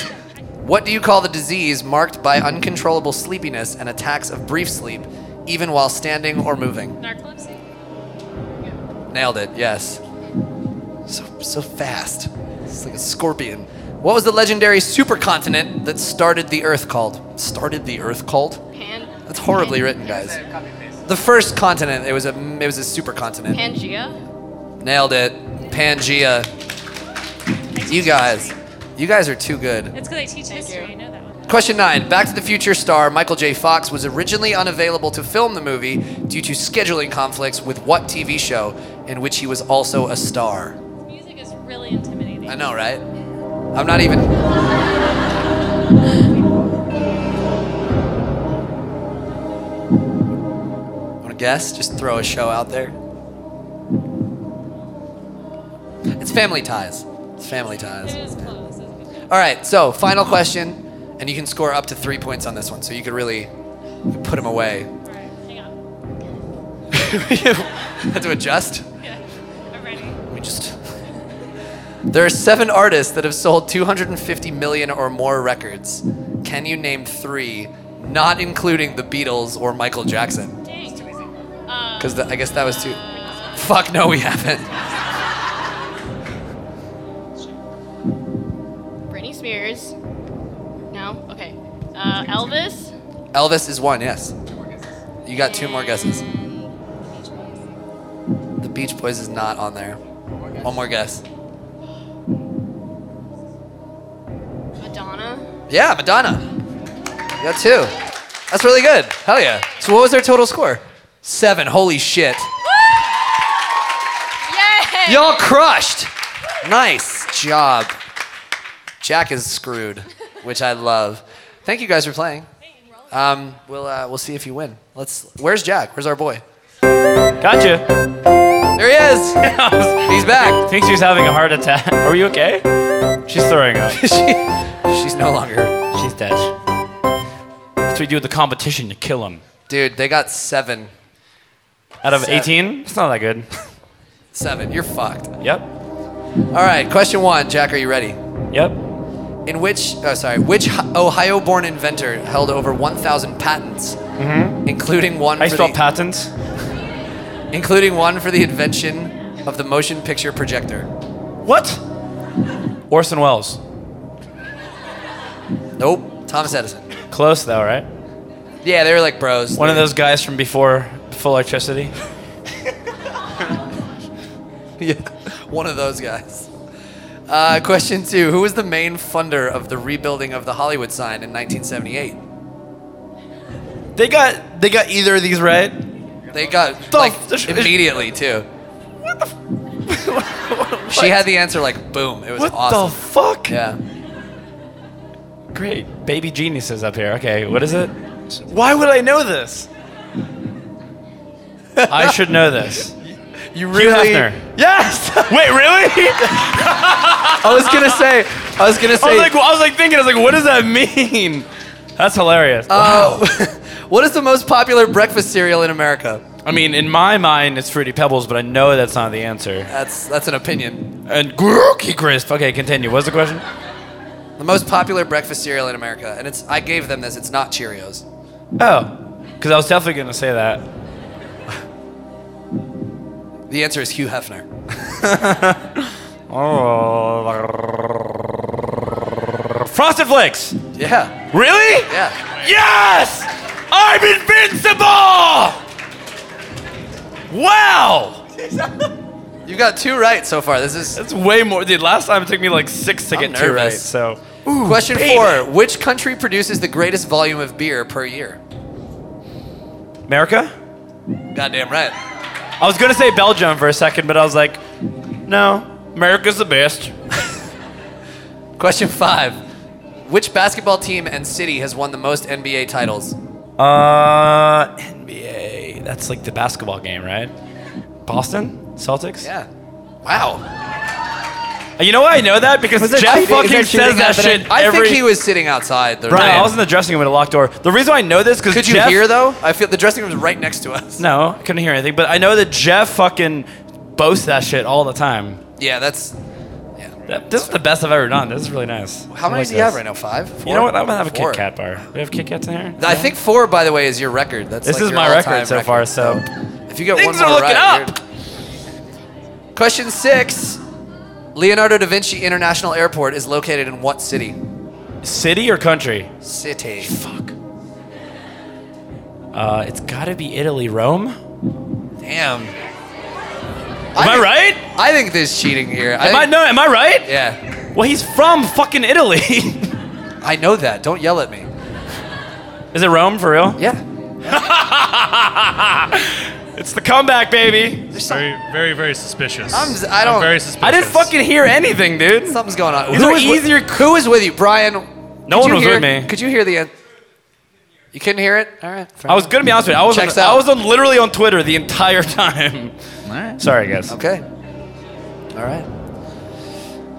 Speaker 6: What do you call the disease marked by uncontrollable sleepiness and attacks of brief sleep, even while standing or moving?
Speaker 13: Narcolepsy.
Speaker 6: Nailed it. Yes. So so fast. It's like a scorpion. What was the legendary supercontinent that started the Earth called? Started the Earth called?
Speaker 14: Pan.
Speaker 6: That's horribly written, guys. The first continent. It was a it was a supercontinent.
Speaker 14: Pangea.
Speaker 6: Nailed it. Pangea. You guys, you guys are too good.
Speaker 13: It's because I teach history. I know that one.
Speaker 6: Question nine. Back to the Future star Michael J. Fox was originally unavailable to film the movie due to scheduling conflicts with what TV show in which he was also a star?
Speaker 13: Music is really intimidating.
Speaker 6: I know, right? I'm not even. guest? Just throw a show out there. It's family ties. It's family ties. All right, so final question, and you can score up to three points on this one, so you could really put them away. Had to adjust. Let me just. There are seven artists that have sold 250 million or more records. Can you name three, not including the Beatles or Michael Jackson? Because I guess that was too. Fuck no, we haven't.
Speaker 15: Britney Spears. No? Okay. Uh, Elvis.
Speaker 6: Elvis is one, yes. You got two more guesses. The Beach Boys is not on there. One more guess.
Speaker 15: Madonna.
Speaker 6: Yeah, Madonna. You got two. That's really good. Hell yeah. So what was their total score? Seven. Holy shit.
Speaker 14: Yay!
Speaker 6: Y'all crushed. Nice job. Jack is screwed, which I love. Thank you guys for playing. Um, we'll uh, we'll see if you win. Let's. Where's Jack? Where's our boy?
Speaker 7: Gotcha.
Speaker 6: There he is. He's back.
Speaker 7: Thinks she's having a heart attack. Are you okay? She's throwing up.
Speaker 6: she's no longer.
Speaker 7: She's dead. That's what you do with the competition. You kill them.
Speaker 6: Dude, they got seven.
Speaker 7: Out of
Speaker 6: Seven.
Speaker 7: 18, it's not that good.
Speaker 6: Seven. You're fucked.
Speaker 7: Yep.
Speaker 6: All right. Question one. Jack, are you ready?
Speaker 7: Yep.
Speaker 6: In which? Oh, sorry. Which Hi- Ohio-born inventor held over 1,000 patents,
Speaker 7: Mm-hmm.
Speaker 6: including one?
Speaker 7: How you
Speaker 6: for
Speaker 7: spell
Speaker 6: the,
Speaker 7: patents?
Speaker 6: Including one for the invention of the motion picture projector.
Speaker 7: What? Orson Welles.
Speaker 6: Nope. Thomas Edison.
Speaker 7: Close though, right?
Speaker 6: Yeah, they were like bros.
Speaker 7: One of those guys from before full electricity.
Speaker 6: yeah, one of those guys. Uh, question two: Who was the main funder of the rebuilding of the Hollywood sign in 1978?
Speaker 7: They got they got either of these right.
Speaker 6: They got like immediately too. She had the answer like boom. It was
Speaker 7: What the
Speaker 6: awesome.
Speaker 7: fuck?
Speaker 6: Yeah.
Speaker 7: Great. Baby geniuses up here. Okay, what is it? Why would I know this? I should know this.
Speaker 6: You
Speaker 7: really? Yes. Wait, really? I
Speaker 6: was gonna say. I was gonna
Speaker 7: I
Speaker 6: say-
Speaker 7: was like, I was like thinking. I was like, what does that mean? That's hilarious.
Speaker 6: Uh, what is the most popular breakfast cereal in America?
Speaker 7: I mean, in my mind, it's Fruity Pebbles, but I know that's not the answer.
Speaker 6: That's that's an opinion.
Speaker 7: And Grookey Crisp. Okay, continue. What's the question?
Speaker 6: The most popular breakfast cereal in America, and it's I gave them this. It's not Cheerios.
Speaker 7: Oh, because I was definitely gonna say that.
Speaker 6: The answer is Hugh Hefner.
Speaker 7: Oh. Frosted Flakes.
Speaker 6: Yeah.
Speaker 7: Really?
Speaker 6: Yeah.
Speaker 7: Yes! I'm invincible! Wow!
Speaker 6: You got two right so far. This is
Speaker 7: That's way more. Dude, last time it took me like six to
Speaker 6: I'm
Speaker 7: get two right.
Speaker 6: nervous.
Speaker 7: So
Speaker 6: Question
Speaker 7: baby.
Speaker 6: four: Which country produces the greatest volume of beer per year?
Speaker 7: America?
Speaker 6: Goddamn right.
Speaker 7: I was gonna say Belgium for a second, but I was like, no, America's the best.
Speaker 6: Question five: Which basketball team and city has won the most NBA titles?
Speaker 7: Uh, NBA. That's like the basketball game, right? Boston Celtics.
Speaker 6: Yeah. Wow.
Speaker 7: You know why I know that because Jeff fucking says that shit.
Speaker 6: I
Speaker 7: every...
Speaker 6: think he was sitting outside. The
Speaker 7: Brian, I was in the dressing room with a locked door. The reason why I know this because
Speaker 6: Could you
Speaker 7: Jeff...
Speaker 6: hear though? I feel the dressing room is right next to us.
Speaker 7: No, I couldn't hear anything. But I know that Jeff fucking boasts that shit all the time.
Speaker 6: Yeah, that's.
Speaker 7: That- This is the best I've ever done. This is really nice.
Speaker 6: How
Speaker 7: I
Speaker 6: many
Speaker 7: like
Speaker 6: do you have
Speaker 7: this.
Speaker 6: right now? Five. Four?
Speaker 7: You know what? I'm gonna have a
Speaker 6: Four.
Speaker 7: Kit Kat bar. We have Kit Kats in here.
Speaker 6: I think four, by the way, is your record. That's
Speaker 7: This
Speaker 6: like
Speaker 7: is
Speaker 6: your
Speaker 7: my
Speaker 6: all-time
Speaker 7: record so far. So
Speaker 6: If you get
Speaker 7: Things
Speaker 6: one
Speaker 7: are
Speaker 6: more
Speaker 7: looking
Speaker 6: right, you're- Question six: Leonardo da Vinci International Airport is located in what city?
Speaker 7: city or country?
Speaker 6: City.
Speaker 7: Fuck. Uh, it's gotta be Italy, Rome. Am
Speaker 6: Damn.
Speaker 7: I, right?
Speaker 6: I think there's cheating here.
Speaker 7: Am I,
Speaker 6: think-
Speaker 7: no? Am I right?
Speaker 6: Yeah,
Speaker 7: Well, he's from fucking Italy.
Speaker 6: I know that. Don't yell at me.
Speaker 7: Is it Rome for real?
Speaker 6: Yeah.
Speaker 7: It's the comeback, baby.
Speaker 10: Very, very, very suspicious.
Speaker 6: I'm, s- I don't.
Speaker 10: am very suspicious.
Speaker 7: I didn't fucking hear anything, dude.
Speaker 6: Something's going on.
Speaker 7: These are
Speaker 6: is with-
Speaker 7: easier-
Speaker 6: Who is with you, Brian?
Speaker 7: No
Speaker 6: could
Speaker 7: one
Speaker 6: you
Speaker 7: was
Speaker 6: hear-
Speaker 7: with me.
Speaker 6: Could you hear the? an- You couldn't hear it? All right. fair
Speaker 7: I was
Speaker 6: enough.
Speaker 7: gonna be honest with you. I was
Speaker 6: Checks
Speaker 7: on,
Speaker 6: out.
Speaker 7: I was on literally on Twitter the entire time. Sorry, guys.
Speaker 6: Okay. All right.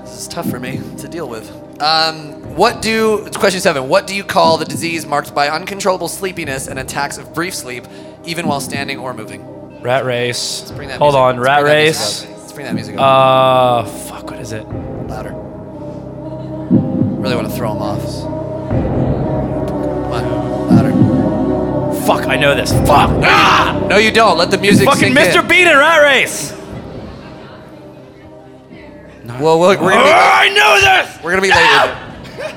Speaker 6: This is tough for me to deal with. Um, what do it's question seven? What do you call the disease marked by uncontrollable sleepiness and attacks of brief sleep, even while standing or moving?
Speaker 7: Rat race.
Speaker 6: bring that
Speaker 7: Hold
Speaker 6: music-
Speaker 7: on,
Speaker 6: let's
Speaker 7: rat
Speaker 6: bring that music
Speaker 7: race.
Speaker 6: up. Let's bring that music up.
Speaker 7: Uh, fuck. What is it?
Speaker 6: Louder. Really want to throw him off. Come on, louder.
Speaker 7: Fuck, I know this. Fuck. Ah!
Speaker 6: No, you don't. Let the music.
Speaker 7: Fucking
Speaker 6: sink
Speaker 7: Mr. Bean and Rat Race.
Speaker 6: Well, we're, we're gonna be.
Speaker 7: Oh, I know this.
Speaker 6: We're gonna be late.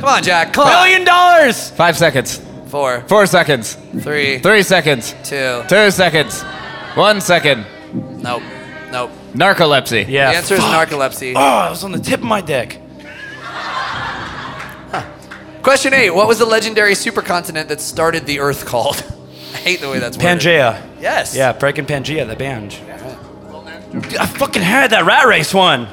Speaker 6: Come on, Jack. Come on.
Speaker 7: Million dollars.
Speaker 8: Five seconds.
Speaker 6: Four.
Speaker 8: Four seconds.
Speaker 6: Three.
Speaker 8: Three seconds.
Speaker 6: Two.
Speaker 8: Two seconds. One second.
Speaker 6: Nope. Nope.
Speaker 8: Narcolepsy.
Speaker 6: The answer is narcolepsy.
Speaker 7: Oh, I was on the tip of my dick.
Speaker 6: Question eight: What was the legendary supercontinent that started the Earth called? I hate the way that's worded.
Speaker 7: Pangea.
Speaker 6: Yes.
Speaker 7: Yeah, Breaking Pangea, the band. Dude, I fucking had that Rat Race one.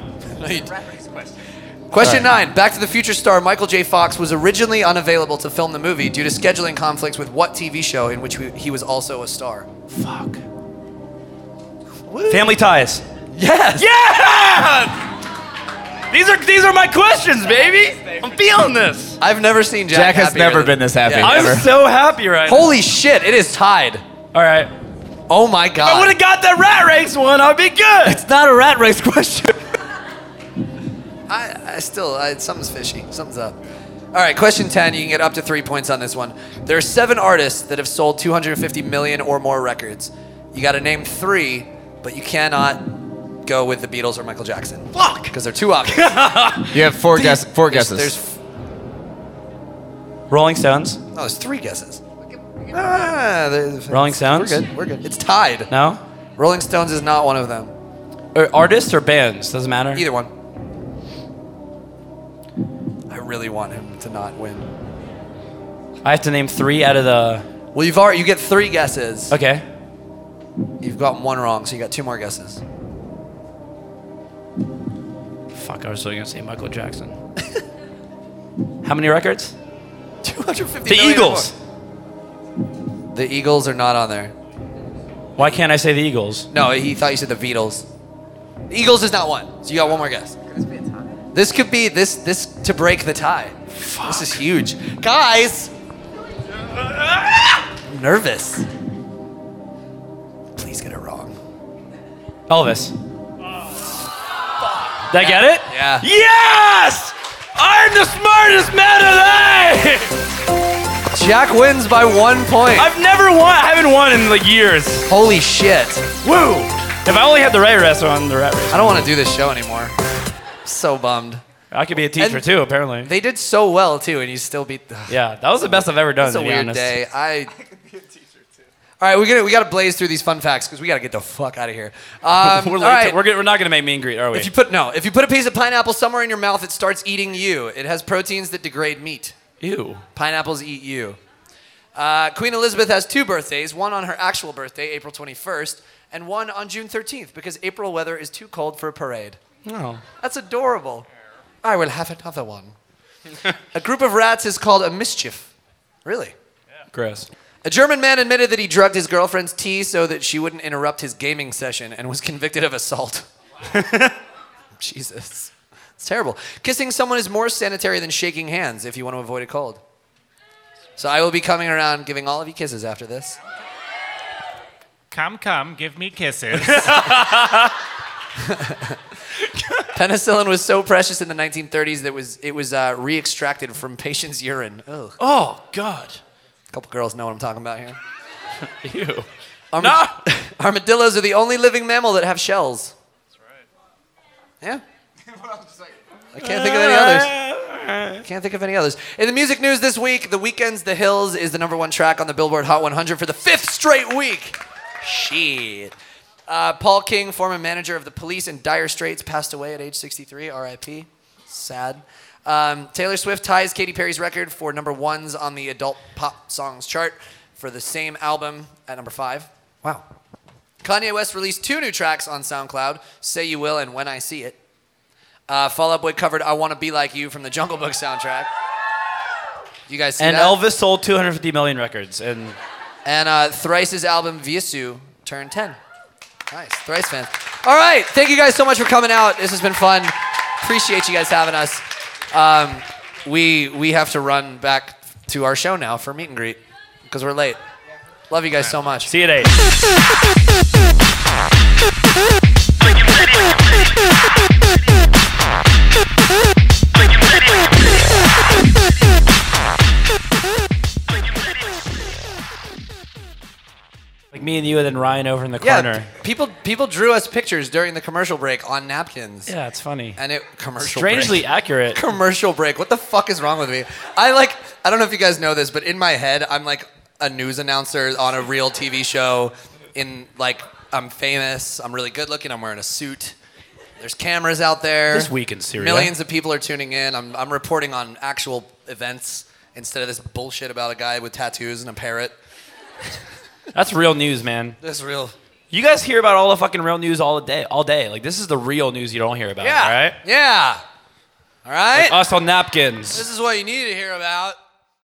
Speaker 6: Question
Speaker 7: Sorry.
Speaker 6: nine: Back to the Future star Michael J. Fox was originally unavailable to film the movie due to scheduling conflicts with what TV show in which we, he was also a star?
Speaker 7: Fuck. Family ties.
Speaker 6: Yes.
Speaker 7: Yeah. These are these are my questions, baby. I'm feeling this.
Speaker 6: I've never seen Jack.
Speaker 8: Jack has
Speaker 6: happier
Speaker 8: never
Speaker 6: than-
Speaker 8: been this happy,
Speaker 6: Yeah.
Speaker 8: I'm ever.
Speaker 7: so happy right
Speaker 6: Holy shit! It is tied.
Speaker 7: All right.
Speaker 6: Oh my god.
Speaker 7: I would have got that rat race one. I'd be good.
Speaker 6: It's not a rat race question. I, I still, I, something's fishy. Something's up. All right, question 10. You can get up to three points on this one. There are seven artists that have sold 250 million or more records. You got to name three, but you cannot go with the Beatles or Michael Jackson. Fuck! Because they're two options.
Speaker 8: You have four guess four
Speaker 6: There's-
Speaker 8: guesses.
Speaker 6: There's,
Speaker 7: Rolling Stones.
Speaker 6: no, there's three guesses. Ah, there's-
Speaker 7: Rolling Stones?
Speaker 6: We're good. We're good. It's tied.
Speaker 7: No.
Speaker 6: Rolling Stones is not one of them.
Speaker 7: Or artists or bands doesn't matter.
Speaker 6: Either one. I really want him to not win.
Speaker 7: I have to name three out of the.
Speaker 6: Well, you've already you get three guesses.
Speaker 7: Okay.
Speaker 6: You've gotten one wrong, so you got two more guesses.
Speaker 7: Fuck, I was really gonna say Michael Jackson. How many records?
Speaker 6: 250.
Speaker 7: The
Speaker 6: million
Speaker 7: Eagles.
Speaker 6: more. The Eagles are not on there.
Speaker 7: Why can't I say the Eagles?
Speaker 6: No, he thought you said the Beatles. The Eagles is not one, so you got one more guess. This could be this this to break the tie. This is huge, guys. I'm nervous. Please get it wrong.
Speaker 7: Elvis. Did I get it?
Speaker 6: Yeah.
Speaker 7: Yes! I'm the smartest man alive!
Speaker 6: Jack wins by one point.
Speaker 7: I've never won. I haven't won in like years.
Speaker 6: Holy shit.
Speaker 7: Woo! If I only had the right wrestler on the rat race.
Speaker 6: I don't want to do this show anymore. so bummed.
Speaker 7: I could be a teacher
Speaker 6: And-
Speaker 7: too, apparently.
Speaker 6: They did so well too, and you still beat. The-
Speaker 7: yeah, that was the best I've ever done.
Speaker 6: It's a
Speaker 7: to be
Speaker 6: weird
Speaker 7: honest.
Speaker 6: day. I. All right, we're gonna we gotta blaze through these fun facts because we gotta get the fuck out of here. Um,
Speaker 7: we're,
Speaker 6: all
Speaker 7: late
Speaker 6: right.
Speaker 7: to- we're, g- we're not gonna make meet and greet, are we?
Speaker 6: if you put no, if you put a piece of pineapple somewhere in your mouth, it starts eating you. It has proteins that degrade meat.
Speaker 7: Ew.
Speaker 6: Pineapples eat you. Uh, Queen Elizabeth has two birthdays: one on her actual birthday, April 21st, and one on June 13th, because April weather is too cold for a parade.
Speaker 7: No.
Speaker 6: That's adorable. I will have another one. a group of rats is called a mischief. Really?
Speaker 7: Gross.
Speaker 6: A German man admitted that he drugged his girlfriend's tea so that she wouldn't interrupt his gaming session and was convicted of assault. Jesus. It's terrible. Kissing someone is more sanitary than shaking hands if you want to avoid a cold. So I will be coming around giving all of you kisses after this.
Speaker 10: Come, come, give me kisses.
Speaker 6: Penicillin was so precious in the 1930s that was, it was uh, re extracted from patients' urine. Ugh.
Speaker 7: Oh God.
Speaker 6: A couple girls know what I'm talking about here.
Speaker 7: Ew.
Speaker 6: Arma- Armadillos are the only living mammal that have shells. That's right. Yeah. I can't think of any others. Can't think of any others. In the music news this week, The Weeknd's The Hills is the number one track on the Billboard Hot 100 for the fifth straight week. Shit. Uh, Paul King, former manager of the police in Dire Straits, passed away at age 63, RIP. Sad. Um, Taylor Swift ties Katy Perry's record for number ones on the adult pop songs chart for the same album at number five. Wow. Kanye West released two new tracks on SoundCloud Say You Will and When I See It. Uh, Fall Out Boy covered I Wanna Be Like You from the Jungle Book soundtrack. You guys see
Speaker 7: and
Speaker 6: that?
Speaker 7: Elvis sold 250 million records, and
Speaker 6: and uh, Thrice's album Viesu turned 10. Nice, Thrice fans. All right, thank you guys so much for coming out. This has been fun. Appreciate you guys having us. Um, we we have to run back to our show now for meet and greet because we're late. Love you guys so much.
Speaker 7: See you at eight. like me and you, and then Ryan over in the corner.
Speaker 6: people people drew us pictures during the commercial break on napkins.
Speaker 7: Yeah, it's funny.
Speaker 6: And it commercial
Speaker 7: Strangely
Speaker 6: break.
Speaker 7: accurate.
Speaker 6: commercial break. What the fuck is wrong with me? I like I don't know if you guys know this, but in my head I'm like a news announcer on a real TV show in like I'm famous, I'm really good looking, I'm wearing a suit. There's cameras out there.
Speaker 7: This week in Syria.
Speaker 6: Millions of people are tuning in. I'm I'm reporting on actual events instead of this bullshit about a guy with tattoos and a parrot.
Speaker 7: That's real news, man.
Speaker 6: That's real.
Speaker 7: You guys hear about all the fucking real news all day, all day. Like this is the real news you don't hear about.
Speaker 6: Yeah.
Speaker 7: All right. uh,
Speaker 6: Yeah. All right.
Speaker 7: Like us on napkins.
Speaker 6: This is what you need to hear about.